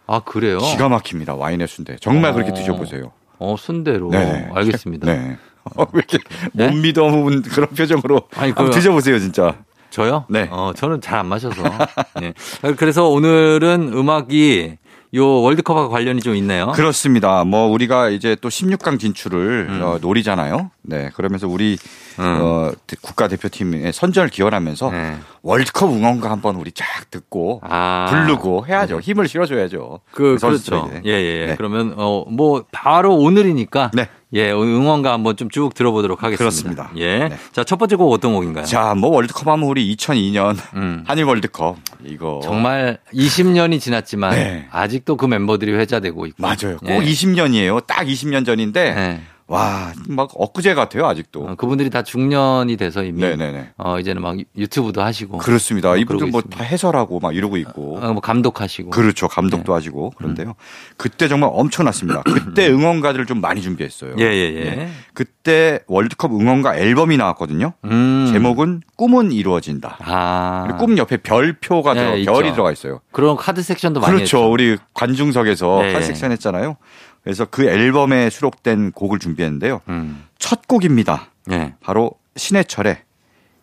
아, 그래요?
기가 막힙니다. 와인의 순대. 정말 그렇게
어.
드셔보세요.
어, 순대로.
네네.
알겠습니다.
네. 어, 왜 이렇게
네?
못 믿어 본 그런 표정으로
아니, 그-
한번 드셔보세요 진짜.
저요?
네.
어, 저는 잘 안 마셔서. 네. 그래서 오늘은 음악이 요 월드컵하고 관련이 좀 있네요.
그렇습니다. 뭐 우리가 이제 또 16강 진출을
음.
어, 노리잖아요. 네. 그러면서 우리 어, 국가 대표팀의 선전을 기원하면서
네.
월드컵 응원가 한번 우리 쫙 듣고
아.
부르고 해야죠. 힘을 실어줘야죠.
그, 그렇죠.
선수들에게.
예, 예. 예.
네.
그러면, 어, 뭐, 바로 오늘이니까.
네.
예, 응원가 한번 좀 쭉 들어보도록 하겠습니다.
그렇습니다.
예.
네.
자, 첫 번째 곡 어떤 곡인가요?
자, 뭐 월드컵 하면 우리 2002년
음.
한일 월드컵 이거
정말 20년이 지났지만
네.
아직도 그 멤버들이 회자되고 있고.
맞아요. 꼭
예.
20년이에요. 딱 20년 전인데
네.
와, 막 엊그제 같아요, 아직도.
어, 그분들이 다 중년이 돼서 이미
네네네.
어, 이제는 막 유튜브도 하시고
그렇습니다. 이분들
아, 그러고
뭐
있습니다.
다 해설하고 막 이러고 있고.
어, 뭐 감독하시고 네. 음.
그렇죠. 감독도 하시고. 그런데요. 그때 정말 엄청났습니다. 그때 응원가들을 좀 많이 준비했어요.
예예예.
예. 그때 월드컵 응원가 앨범이 나왔거든요.
음.
제목은 꿈은 이루어진다.
아.
그리고 꿈 옆에 별표가
네,
들어,
있죠.
별이 들어가 있어요.
그런 카드 섹션도 많이
그렇죠.
했죠.
우리 관중석에서
네.
네. 섹션 했잖아요. 그래서 그 앨범에 수록된 곡을 준비했는데요.
음.
첫 곡입니다.
예.
바로 신해철의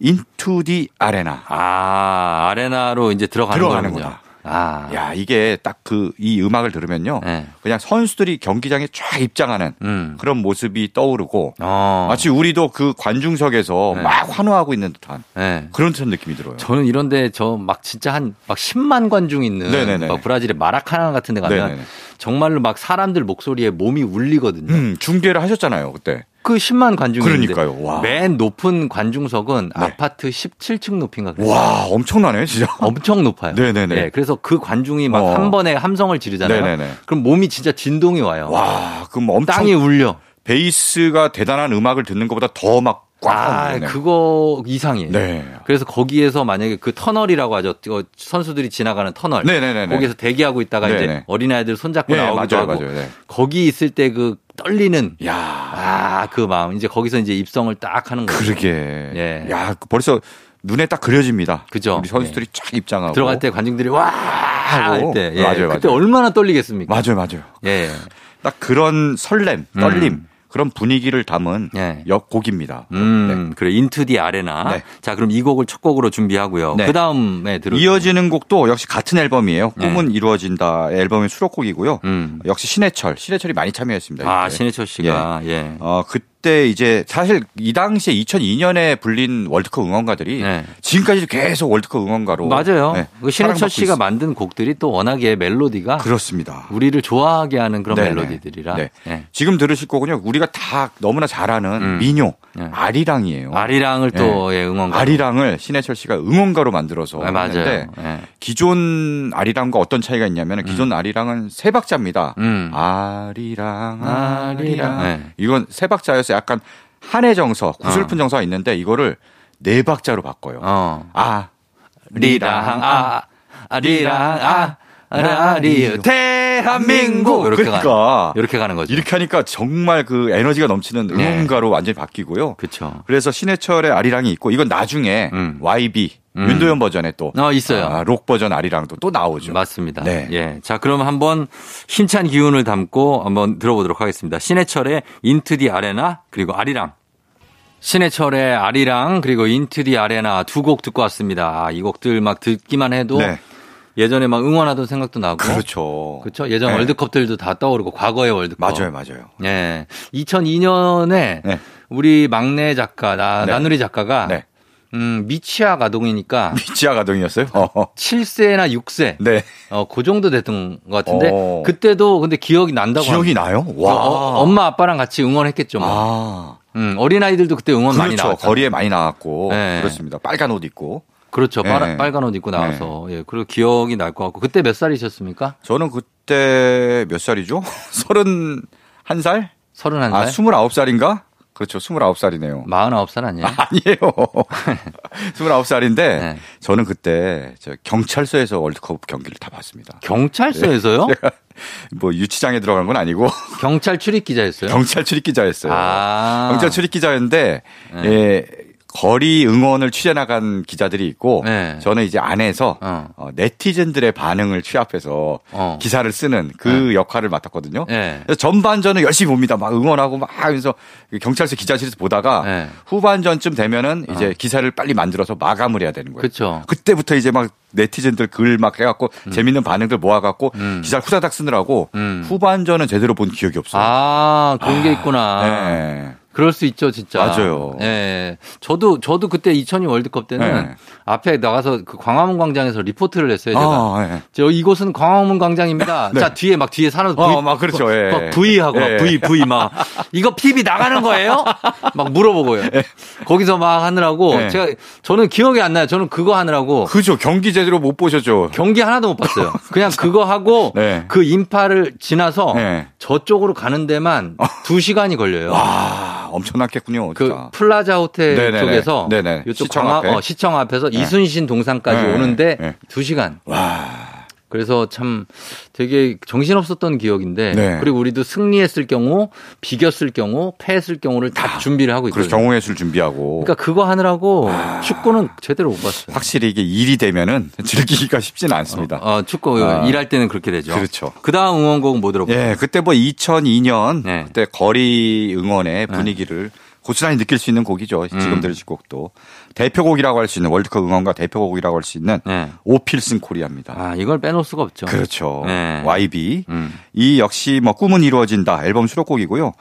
Into the Arena.
아, 아레나로 이제 들어가는
들어가는
거군요.
거다.
아.
야, 이게 딱 그 이 음악을 들으면요.
네.
그냥 선수들이 경기장에 쫙 입장하는
음.
그런 모습이 떠오르고
어.
마치 우리도 그 관중석에서
네.
막 환호하고 있는 듯한
예.
그런 듯한 느낌이 들어요.
저는 이런데 저 막 진짜 한 막 10만 관중 있는
네네네.
막 브라질의 마라카나 같은 데 가면
네네네.
정말로 막 사람들 목소리에 몸이 울리거든요.
음, 중계를 하셨잖아요, 그때.
그 10만 관중이
그러니까요.
있는데
와.
맨 높은 관중석은
네.
아파트 17층 높인가 그래요.
와, 엄청나네, 진짜.
네. 엄청 높아요.
어. 네네네.
예, 그래서 그 관중이 막
어.
한 번에 함성을 지르잖아요.
네네네.
그럼 몸이 진짜 진동이 와요.
와, 그럼 뭐 엄청
땅이 울려.
베이스가 대단한 음악을 듣는 것보다 더
아,
막꽉
그거 이상이에요.
네.
그래서 거기에서 만약에 그 터널이라고 하죠. 어, 선수들이 지나가는 터널.
네네네네.
거기서 대기하고 있다가 이제
네네.
어린아이들 손잡고
네,
나오기도
맞아요,
하고
맞아요. 네.
거기 있을 때 그 떨리는
야,
아, 그 마음. 이제 거기서 이제 입성을 딱 하는 거예요.
그러게.
예.
야, 그 벌써 눈에 딱 그려집니다.
그죠. 예.
우리 선수들이 쫙 입장하고
들어갈 때 관중들이 와! 할 때. 예.
맞아요,
그때
맞아요.
얼마나 떨리겠습니까?
맞아요, 맞아요.
예.
딱 그런 설렘, 떨림 그런 분위기를 담은
음. 예.
역 곡입니다.
음, 그래. 인투 디 아레나.
네.
자, 그럼 이 곡을 첫 곡으로 준비하고요.
네.
그 다음에 들을
이어지는 곡도 역시 같은 앨범이에요.
네.
꿈은 이루어진다 앨범의 수록곡이고요.
음.
역시 신해철, 신해철이 많이 참여했습니다.
아,
네, 이때.
신해철 씨가. 예.
어 그때 이제 사실 이 당시에 2002년에 불린 월드컵 응원가들이
네.
지금까지도 계속 월드컵 응원가로
맞아요.
네,
그 신해철
사랑받고
씨가
있습니다.
만든 곡들이 또 워낙에 멜로디가
그렇습니다.
우리를 좋아하게 하는 그런
네네.
멜로디들이라.
네.
예.
지금 들으실 거군요. 우리가 다 너무나 잘 아는
음.
민요
네.
아리랑이에요.
아리랑을 또 예, 응원가.
어. 아리랑을 신해철 씨가 응원가로 만들어서
아, 맞아요.
했는데
예.
기존 아리랑과 어떤 차이가 있냐면 기존 아리랑은 세 박자입니다.
음.
아리랑
아리랑.
아리랑
네.
이건 세 박자여서 약간 한의 정서 구슬픈 정서가 있는데 이거를 네 박자로 바꿔요.
어.
아
리랑 아 아리랑 아 아리 대한민국 이렇게 가
그러니까
이렇게 가는 거죠.
이렇게 하니까 정말 그 에너지가 넘치는
네.
응원가로 완전히 바뀌고요.
그렇죠.
그래서 신해철의 아리랑이 있고 이건 나중에
음.
YB
음.
윤도현 버전에 또
어, 있어요.
아, 록 버전 아리랑도 또 나오죠.
맞습니다.
네.
예. 자, 그럼 한번 힘찬 기운을 담고 한번 들어보도록 하겠습니다. 신해철의 인투디 아레나 그리고 아리랑. 신해철의 아리랑 그리고 인투디 아레나 두 곡 듣고 왔습니다. 아, 이 곡들 막 듣기만 해도
네.
예전에 막 응원하던 생각도 나고
그렇죠.
그렇죠. 예전
네.
월드컵들도 다 떠오르고 과거의 월드컵.
맞아요, 맞아요.
예. 2002년에
네.
우리 막내 작가 나,
네.
나누리 작가가
네.
음, 미취학 아동이니까
미치아 가동이었어요. 어.
7세나 6세
네.
어, 그 정도 됐던 것 같은데
어.
그때도 근데 기억이 난다고
기억이
합니다.
나요?
어,
와.
어, 엄마 아빠랑 같이 응원했겠죠. 뭐.
아.
음, 어린 아이들도 그때 응원 많이
그렇죠.
나왔죠.
거리에 많이 나왔고
네.
그렇습니다. 빨간 옷 입고.
그렇죠.
네.
빨, 빨간 옷 입고 나와서 예, 그리고 기억이 날 것 같고 그때 몇 살이셨습니까?
저는 그때 몇 살이죠? 서른 한 살?
31살, 음.
아, 스물아홉 살인가? 그렇죠. 스물아홉 살이네요.
49살 아니에요?
아니에요. 스물아홉 살인데
네.
저는 그때 저 경찰서에서 월드컵 경기를 다 봤습니다.
경찰서에서요?
뭐 유치장에 들어간 건 아니고
경찰 출입 기자였어요.
경찰 출입 기자였어요.
아. 네.
경찰 출입 기자였는데 예, 거리 응원을 취재 나간 기자들이 있고
네.
저는 이제 안에서
어.
어, 네티즌들의 반응을 취합해서
어.
기사를 쓰는 그 역할을 맡았거든요.
네.
그래서 전반전은 열심히 봅니다. 막 응원하고 막 하면서 그 경찰서 기자실에서 보다가
네. 아.
후반전쯤 되면은 이제 기사를 빨리 만들어서 마감을 해야 되는 거예요.
그쵸.
그때부터 이제 막 네티즌들 글 막 해갖고 재밌는 반응들 모아갖고 기사를 후다닥 쓰느라고
음.
후반전은 제대로 본 기억이 없어요.
아, 그런 게 있구나.
네.
그럴 수 있죠, 진짜.
맞아요.
예. 저도, 저도 그때 2002 월드컵 때는
네.
앞에 나가서 그 광화문 광장에서 리포트를 했어요, 제가.
아, 예.
저 이곳은 광화문 광장입니다. 자 뒤에 막 뒤에 사람
어, 막 그렇죠. 예.
막 V 하고 막
예.
V V 막 이거 PB 나가는 거예요? 막 물어보고요. 거기서 막 하느라고
예.
제가 저는 기억이 안 나요. 저는 그거 하느라고
그죠. 경기 제대로 못 보셨죠.
경기 하나도 못 봤어요. 그냥 그거 하고
네.
그 인파를 지나서
예. 어.
저쪽으로 가는 데만 두 시간이 걸려요.
와, 아, 엄청났겠군요.
그
진짜.
플라자 호텔
그러니까. 네네네.
쪽에서
네네.
이쪽
시청
시청, 광화,
앞에.
앞에. 어, 시청 앞에서 이순신 동상까지
네.
오는데
네.
두 시간.
와.
그래서 참 되게 정신없었던 기억인데
네.
그리고 우리도 승리했을 경우 비겼을 경우 패했을 경우를 다 준비를 하고
아, 그래서
있거든요.
경우의 수를 준비하고.
그러니까 그거 하느라고
아.
축구는 제대로 못 봤어요.
확실히 이게 일이 되면은 즐기기가 쉽진 않습니다.
어, 축구
아.
일할 때는 그렇게 되죠.
그렇죠.
다음 응원곡은 뭐 들어볼까요?
예, 그때 뭐 2002년
네.
그때 거리 응원의 분위기를 고스란히 느낄 수 있는 곡이죠.
음.
지금 들으실 곡도 대표곡이라고 할 수 있는 월드컵 응원가 대표곡이라고 할 수 있는
네.
오필슨 코리아입니다.
아, 이걸 빼놓을 수가 없죠.
그렇죠.
네.
YB.
음.
이 역시 뭐 꿈은 이루어진다 앨범 수록곡이고요.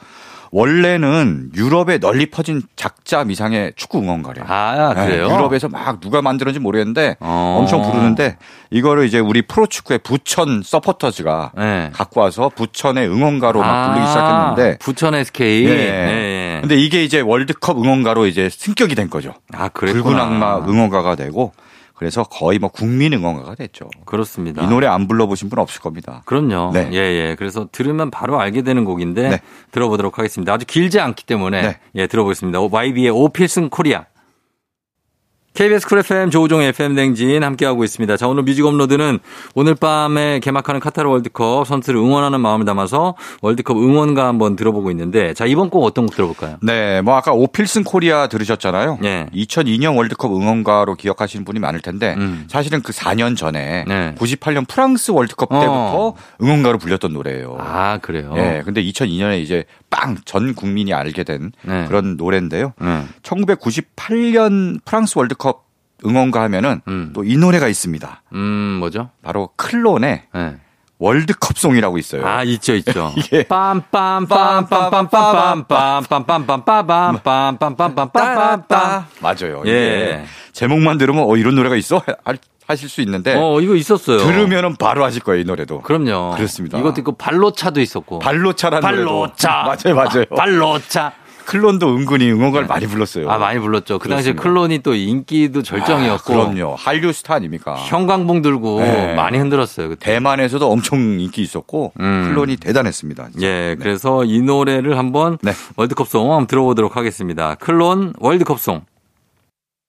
원래는 유럽에 널리 퍼진 작자 미상의 축구 응원가래요.
아, 그래요?
네, 유럽에서 막 누가 만들었는지 모르겠는데
어.
엄청 부르는데 이거를 이제 우리 프로축구의 부천 서포터즈가
네.
갖고 와서 부천의 응원가로 막 부르기
아,
시작했는데
부천 SK.
예.
네.
근데 이게 이제 월드컵 응원가로 이제 승격이 된 거죠.
아, 그랬구나.
붉은 악마 음. 응원가가 되고 그래서 거의 뭐 국민 응원가가 됐죠.
그렇습니다.
이 노래 안 불러보신 분 없을 겁니다.
그럼요.
네.
예, 예. 그래서 들으면 바로 알게 되는 곡인데
네.
들어보도록 하겠습니다. 아주 길지 않기 때문에
네.
예, 들어보겠습니다. YB의 오필승 코리아. KBS 쿨 FM 조우종 FM 댕진 함께하고 있습니다. 자, 오늘 뮤직 업로드는 오늘 밤에 개막하는 카타르 월드컵 선수를 응원하는 마음을 담아서 월드컵 응원가 한번 들어보고 있는데 자, 이번 곡 어떤 곡 들어볼까요?
네, 뭐 아까 오필슨 코리아 들으셨잖아요.
예.
2002년 월드컵 응원가로 기억하시는 분이 많을 텐데
음.
사실은 그 4년 전에
네.
98년 프랑스 월드컵 때부터
어.
응원가로 불렸던 노래예요.
아, 그래요.
예, 근데 2002년에 이제 빵 전 국민이 알게 된
네.
그런 노래인데요.
음.
1998년 프랑스 월드컵 응원가 하면은
음.
또 이 노래가 있습니다.
음, 뭐죠?
바로 클론의
예.
월드컵송이라고 있어요.
아 있죠 있죠.
이게
빰빰빰빰빰빰빰빰빰빰빰빰빰빰빰빰빰빰빰빰빰빰빰빰빰
맞아요.
예.
이게 제목만 들으면 어 이런 노래가 있어 하- 하실 수 있는데
어 이거 있었어요.
들으면은 바로 하실 거예요 이 노래도.
그럼요.
그렇습니다.
이것도 있고 발로차도 있었고.
발로차라는
발로차.
노래도. 맞아요, 맞아요.
발로차.
클론도 은근히 응원가를 많이 불렀어요.
아 많이 불렀죠. 그 당시에
그렇습니다.
클론이 또 인기도 절정이었고.
아, 그럼요. 한류 스타 아닙니까?
형광봉 들고
네.
많이 흔들었어요. 그때.
대만에서도 엄청 인기 있었고
음.
클론이 대단했습니다. 진짜.
예, 그래서 이 노래를 한번
네.
월드컵송 한번 들어보도록 하겠습니다. 클론 월드컵송.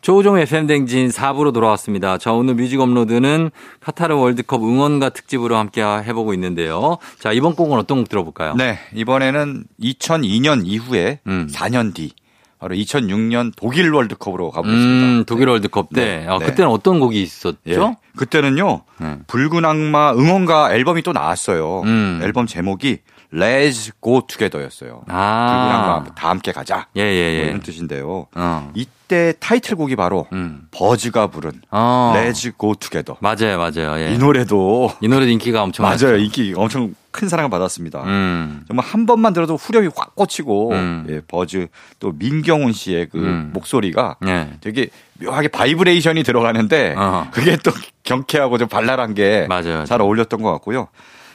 조우종 FM 댕진 4부로 돌아왔습니다. 자, 오늘 뮤직 업로드는 카타르 월드컵 응원가 특집으로 함께 해보고 있는데요. 자, 이번 곡은 어떤 곡 들어볼까요?
네, 이번에는 2002년 이후에
아. 음.
4년 뒤 바로 2006년 독일 월드컵으로 가보겠습니다.
음, 독일 월드컵 때.
네,
아,
네.
그때는 어떤 곡이
예.
있었죠?
그때는요.
네.
붉은 악마 응원가 앨범이 또 나왔어요.
음.
앨범 제목이 Let's Go Together였어요. 붉은
아.
악마 다 함께 가자.
예, 예,
뭐
예.
이런 뜻인데요.
어.
이때 타이틀곡이 바로
음.
버즈가 부른
어.
Let's Go Together.
맞아요, 맞아요. 예.
이 노래도
이 노래도 인기가 엄청
맞아요.
많았죠.
인기 엄청 큰 사랑을 받았습니다.
음.
정말 한 번만 들어도 후렴이 확 꽂히고
음.
예, 버즈 또 민경훈 씨의 그
음.
목소리가
예.
되게 묘하게 바이브레이션이 들어가는데
어허.
그게 또 경쾌하고 좀 발랄한 게 잘
맞아요.
어울렸던 것 같고요.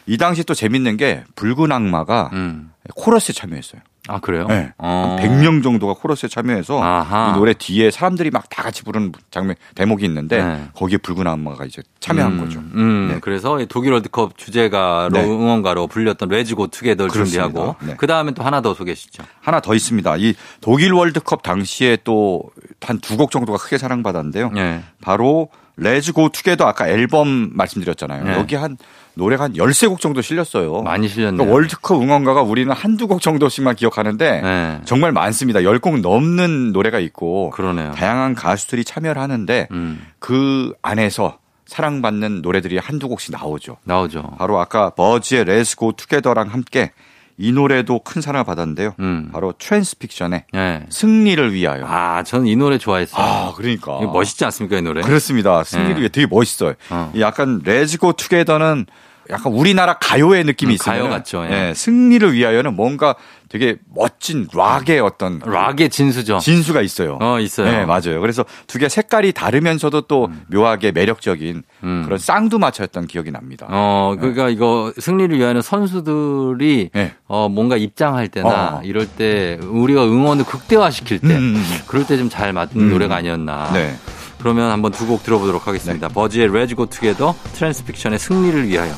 이 당시 또 재밌는 게 붉은 악마가
음.
코러스에 참여했어요.
아, 그래요?
네.
어.
한 100명 정도가 코러스에 참여해서
아하.
이 노래 뒤에 사람들이 막 다 같이 부르는 장면 대목이 있는데
네.
거기에 붉은 악마가 이제 참여한
음,
거죠.
음,
네.
그래서 이 독일 월드컵 주제가로
네.
응원가로 불렸던 레지고 투게더를
그렇습니다.
준비하고
네.
그 다음에 또 하나 더 소개시죠.
하나 더 있습니다. 이 독일 월드컵 당시에 또 한 두 곡 정도가 크게 사랑받았는데요.
예.
바로 레즈 고 투게더 아까 앨범 말씀드렸잖아요.
네.
여기 한 노래가 한 13곡 정도 실렸어요.
많이 실렸네요.
그러니까 월드컵 응원가가 우리는 한두 곡 정도씩만 기억하는데
네.
정말 많습니다. 10곡 넘는 노래가 있고
그러네요.
다양한 가수들이 참여를 하는데
음.
그 안에서 사랑받는 노래들이 한두 곡씩 나오죠.
나오죠.
바로 아까 버즈의 Let's Go Together랑 함께 이 노래도 큰 사랑을 받았는데요.
음.
바로 트랜스픽션의
예.
승리를 위하여.
아, 저는 이 노래 좋아했어요.
아, 그러니까.
이거 멋있지 않습니까, 이 노래?
그렇습니다. 승리를
예.
위해 되게 멋있어요.
어.
이 약간 Let's Go Together는 약간 우리나라 가요의 느낌이
음, 가요
있어요.
같죠, 예.
예. 승리를 위하여는 뭔가 되게 멋진 락의 어떤
음. 락의 진수죠.
진수가 있어요.
어, 있어요.
네, 맞아요. 그래서 두 개 색깔이 다르면서도 또 묘하게 매력적인
음.
그런 쌍두마차였던 기억이 납니다.
어, 그러니까 이거 승리를 위하는 선수들이
네.
어, 뭔가 입장할 때나
어.
이럴 때 우리가 응원을 극대화시킬 때
음, 음,
그럴 때 좀 잘 맞는
음.
노래가 아니었나.
네.
그러면 한번 두 곡 들어보도록 하겠습니다. 버즈의 레즈 고 투게더, 트랜스픽션의 승리를 위하여.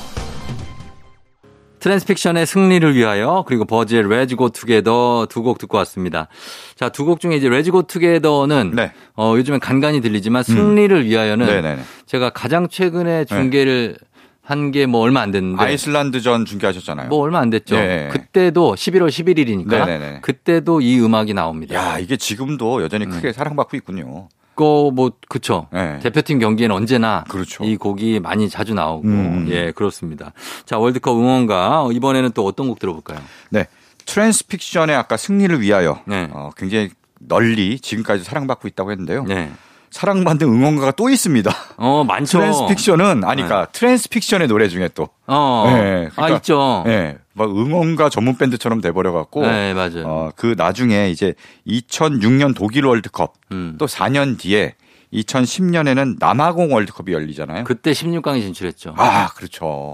트랜스픽션의 승리를 위하여 그리고 버즈의 레즈 고 투게더 두 곡 듣고 왔습니다. 자, 두 곡 중에 이제 레즈 고 투게더는
네. 음.
어, 요즘엔 간간히 들리지만 승리를 위하여는
네네네.
제가 가장 최근에 중계를 한 게 뭐 얼마 안 됐는데
네. 아이슬란드 전 중계하셨잖아요.
뭐 얼마 안 됐죠.
네.
그때도 11월 11일이니까
네네네.
그때도 이 음악이 나옵니다.
야, 이게 지금도 여전히
음.
크게 사랑받고 있군요.
그거 뭐 그쵸.
네.
대표팀 경기에는 언제나
그렇죠.
이 곡이 많이 자주 나오고
음.
예 그렇습니다. 자 월드컵 응원가 어, 이번에는 또 어떤 곡 들어볼까요?
네. 트랜스픽션의 아까 승리를 위하여
네.
어, 굉장히 널리 지금까지 사랑받고 있다고 했는데요.
네.
사랑받는 응원가가 또 있습니다.
어 많죠.
트랜스픽션은
네.
아니 그러니까 트랜스픽션의 노래 중에 또
어.
네,
아
그러니까-
있죠.
예. 막 응원가 전문 밴드처럼 돼버려 갖고
네, 맞아요.
어, 그 나중에 이제 2006년 독일 월드컵
음.
또 4년 뒤에 2010년에는 남아공 월드컵이 열리잖아요.
그때 16강에 진출했죠.
아, 그렇죠.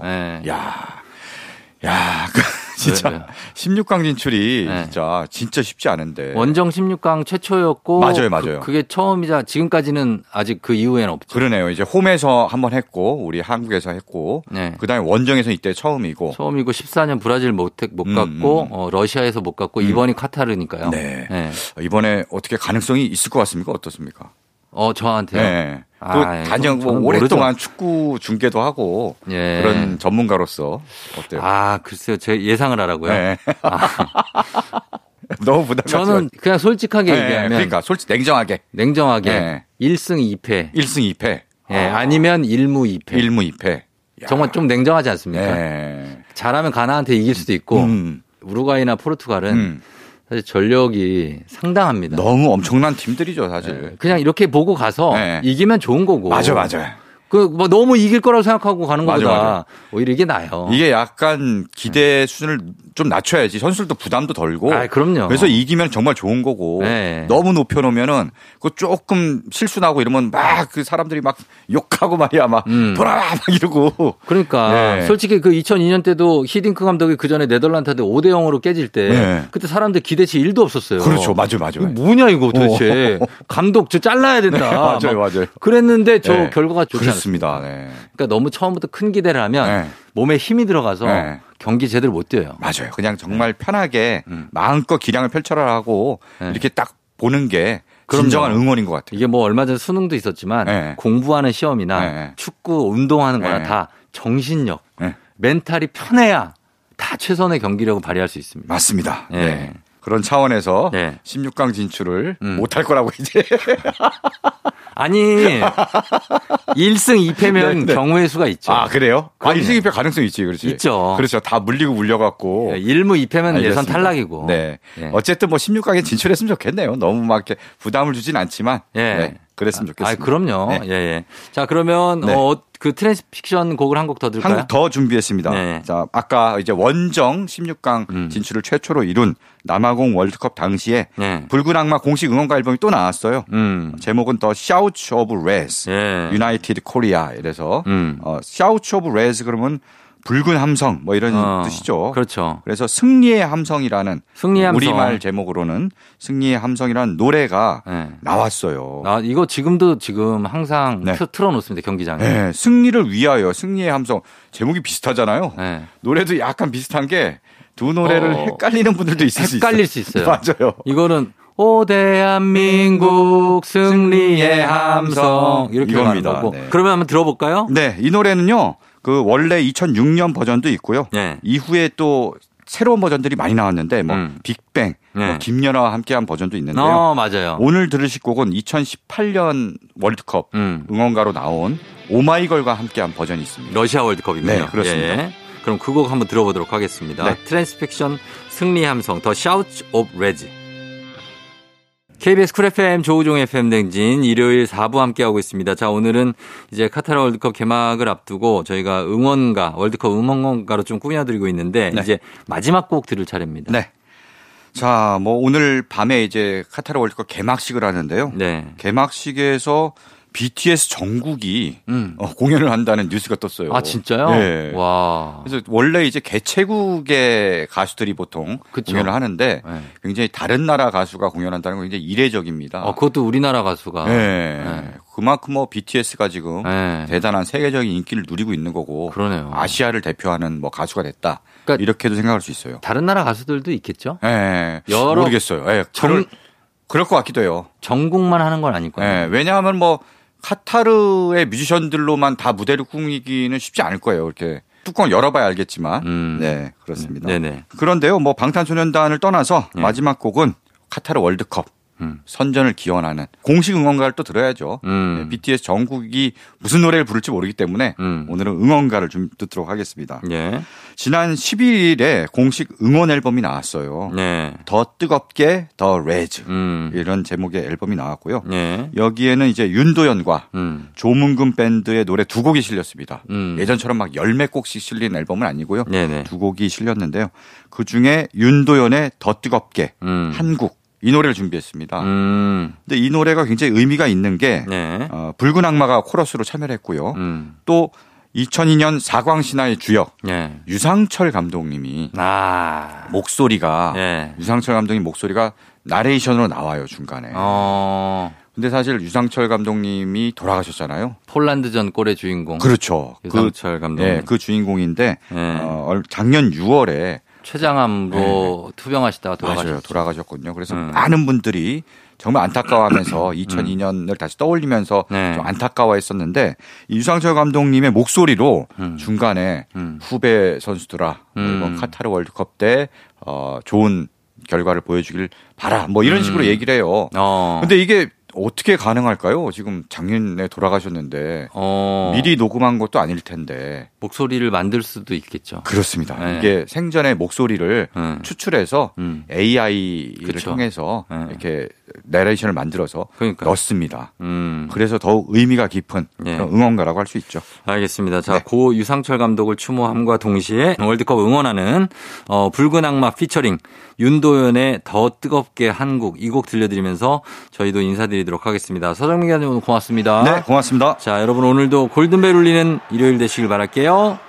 그렇죠. 네.
야. 야, 그 진짜
네, 네.
16강 진출이
네.
진짜 진짜 쉽지 않은데.
원정 16강 최초였고
예. 맞아요, 맞아요. 그렇죠.
그, 게 처음이자 지금까지는 아직 그 이후에는 없죠.
그러네요. 이제 홈에서 한번 했고 우리 한국에서 했고
네.
그다음에 원정에서 이때 처음이고
처음이고 14년 브라질 못, 못
음,
갔고
음.
어, 러시아에서 못 갔고 이번이 카타르니까요. 예.
네. 이번에 어떻게 가능성이 있을 것 같습니까? 어떻습니까?
어 저한테요.
예.
아,
또
예.
단연 뭐
저는
오랫동안 축구 중계도 하고
예.
그런 전문가로서 어때요?
아 글쎄요 제 예상을 하라고요. 아.
예. 너무 부담 갖지
저는 그냥 솔직하게
마- 예,
얘기하면
그러니까 솔직히 냉정하게
냉정하게
예.
1승 2패,
1승 2패.
예, 아니면 1무 2패.
1무 2패.
예. 정말 좀 냉정하지 않습니까? 뭐.
예.
잘하면 가나한테 이길 수도 있고
음.
우루과이나 포르투갈은
음.
사실 전력이 상당합니다.
너무 엄청난 팀들이죠, 사실.
예, 그냥 이렇게 보고 가서
예.
이기면 좋은 거고.
맞아, 맞아.
그 뭐 너무 이길 거라고 생각하고 가는
맞아,
거보다
맞아.
오히려 이게 나요.
이게 약간 기대 수준을 좀 낮춰야지 선수들도 부담도 덜고.
아, 그럼요.
뭐 그래서 이기면 정말 좋은 거고
네.
너무 높여놓으면은 그 조금 실수 나고 이러면 막 그 사람들이 막 욕하고 말이야 막
음.
돌아라 막 이러고
그러니까
네.
솔직히 그 2002년 때도 히딩크 감독이 그 전에 네덜란드한테 5대 0으로 깨질 때
네.
그때 사람들 기대치 1도 없었어요.
그렇죠 맞아요
이거
맞아요
뭐냐 이거 도대체 감독 저 잘라야 된다.
맞아요,
막
맞아요.
그랬는데 저
네.
결과가 좋지 않습니다.
그렇습니다 네.
그러니까 너무 처음부터 큰 기대를 하면
네.
몸에 힘이 들어가서
네.
경기 제대로 못 뛰어요.
맞아요 그냥 정말 편하게 마음껏 기량을 펼쳐라 하고
네.
이렇게 딱 보는 게
그럼요.
진정한 응원인 것 같아요
이게 뭐 얼마 전에 수능도 있었지만
네.
공부하는 시험이나
네.
축구 운동하는 거나
네.
다 정신력,
네.
멘탈이 편해야 다 최선의 경기력을 발휘할 수 있습니다.
맞습니다
네.
네. 그런 차원에서
네.
16강 진출을
음.
못할 거라고 이제
아니 1승 2패면
네, 네.
경우의 수가 있죠.
아 그래요? 아
그럼요.
인생이 가능성 이 있지 그렇지
있죠.
그렇죠 다 물리고 물려갖고
예, 1무 2패면 예선
알겠습니다.
탈락이고.
네.
예.
어쨌든 뭐 16강에 진출했으면 좋겠네요. 너무 막 이렇게 부담을 주진 않지만.
예.
네, 그랬으면
아,
좋겠습니다.
그럼요.
네.
예, 예. 자, 그러면
네.
어, 그 트랜스픽션 곡을 한 곡 더 들을까요?
한국 더 준비했습니다.
네. 음.
자, 아까 이제 원정 16강 진출을 최초로 이룬 남아공 월드컵 당시에
네.
붉은 악마 공식 응원가 앨범이 또 나왔어요.
음.
제목은 더 Shout of Res,
예.
United Korea 이래서
음.
어, Shout of Res 그러면 붉은 함성 뭐 이런
어,
뜻이죠.
그렇죠.
그래서 승리의 함성이라는
승리의 함성.
우리말 제목으로는 승리의 함성이라는 노래가
네.
나왔어요.
아, 이거 지금도 지금 항상
네.
틀- 틀어놓습니다. 경기장에.
네, 승리를 위하여 승리의 함성 제목이 비슷하잖아요.
네.
노래도 약간 비슷한 게 두 노래를
어,
헷갈리는 분들도 있을 수 있어요.
헷갈릴 수 있어요.
맞아요.
이거는 오 대한민국 승리의 함성 이렇게 가는
이겁니다.
거고.
네.
그러면 한번 들어볼까요?
네, 이 노래는요. 그 원래 2006년 버전도 있고요.
네.
이후에 또 새로운 버전들이 많이 나왔는데 뭐
음.
빅뱅,
네.
뭐 김연아와 함께한 버전도 있는데요.
어, 맞아요.
오늘 들으실 곡은 2018년 월드컵
음.
응원가로 나온 오마이걸과 함께한 버전이 있습니다.
러시아 월드컵이네요.
네, 그렇습니다.
예. 그럼 그 곡 한번 들어보도록 하겠습니다.
네.
트랜스픽션 승리 함성 더 샤우츠 오브 레지. KBS 쿨 FM 조우종 FM 댕진 일요일 4부 함께하고 있습니다. 자, 오늘은 이제 카타르 월드컵 개막을 앞두고 저희가 응원가, 월드컵 응원가로 좀 꾸며드리고 있는데
네.
이제 마지막 곡 들을 차례입니다.
네. 자, 뭐 오늘 밤에 이제 카타르 월드컵 개막식을 하는데요.
네.
개막식에서 BTS 정국이
음.
어, 공연을 한다는 뉴스가 떴어요.
아, 진짜요?
네.
와.
그래서 원래 이제 개최국의 가수들이 보통
그쵸.
공연을 하는데
네.
굉장히 다른 나라 가수가 공연한다는 건 굉장히 이례적입니다.
어, 그것도 우리나라 가수가.
네.
네.
그만큼 뭐 BTS가 지금
네.
대단한 세계적인 인기를 누리고 있는 거고
그러네요.
아시아를 대표하는 뭐 가수가 됐다.
어. 그러니까-
이렇게도 생각할 수 있어요.
다른 나라 가수들도 있겠죠?
예.
여러-
모르겠어요. 예.
정-
그럴, 그럴 것 같기도 해요.
전국만 하는 건 아닐 거예요.
예. 왜냐하면 뭐 카타르의 뮤지션들로만 다 무대를 꾸미기는 쉽지 않을 거예요. 이렇게 뚜껑 열어봐야 알겠지만.
음.
네. 그렇습니다.
네네. 예.
그런데요. 뭐 방탄소년단을 떠나서 마지막 곡은 카타르 월드컵
음.
선전을 기원하는 공식 응원가를 또 들어야죠.
음.
네, BTS 정국이 무슨 노래를 부를지 모르기 때문에
음.
오늘은 응원가를 좀 듣도록 하겠습니다.
예.
지난 12일에 공식 응원 앨범이 나왔어요.
네.
더 뜨겁게 더 레즈
음.
이런 제목의 앨범이 나왔고요.
예.
여기에는 이제 윤도현과
음.
조문근 밴드의 노래 두 곡이 실렸습니다.
음.
예전처럼 막 열몇 곡씩 실린 앨범은 아니고요.
네네.
두 곡이 실렸는데요. 그 중에 윤도현의 더 뜨겁게
음.
한국 이 노래를 준비했습니다.
음.
근데 이 노래가 굉장히 의미가 있는 게
네.
어, 붉은 악마가 코러스로 참여를 했고요.
음.
또 2002년 사광 신화의 주역
예.
유상철 감독님이
아.
목소리가
예.
유상철 감독님 목소리가 나레이션으로 나와요 중간에.
어.
근데 사실 유상철 감독님이 돌아가셨잖아요.
폴란드전 골의 주인공.
그렇죠.
유상철
그,
감독님.
네, 그 주인공인데
네.
어, 얼- 작년 6월에
췌장암으로 투병하시다가
네, 맞아요
돌아가셨죠.
돌아가셨거든요. 그래서
음.
많은 분들이 정말 안타까워하면서 2002년을 다시 떠올리면서
네.
좀 안타까워했었는데 이 유상철 감독님의 목소리로
음.
중간에
음.
후배 선수들아 뭐
음.
이번 카타르 월드컵 때 어, 좋은 결과를 보여주길 바라 뭐 이런 식으로 얘기를 해요.
음. 어.
근데 이게 어떻게 가능할까요? 지금 작년에 돌아가셨는데
어.
미리 녹음한 것도 아닐 텐데
목소리를 만들 수도 있겠죠.
그렇습니다.
네.
이게 생전의 목소리를
음.
추출해서
음.
AI를
그쵸.
통해서
네.
이렇게 내레이션을 만들어서
그러니까요.
넣습니다.
음.
그래서 더욱 의미가 깊은
네.
그런 응원가라고 할 수 있죠.
알겠습니다. 자,
네.
고 유상철 감독을 추모함과 동시에 월드컵 응원하는 어, 붉은 악마 피처링 윤도현의 더 뜨겁게 한국 이 곡 들려드리면서 저희도 인사드리도록 하겠습니다. 서정민 기자님 오늘 고맙습니다.
네, 고맙습니다.
자, 여러분 오늘도 골든벨 울리는 일요일 되시길 바랄게요.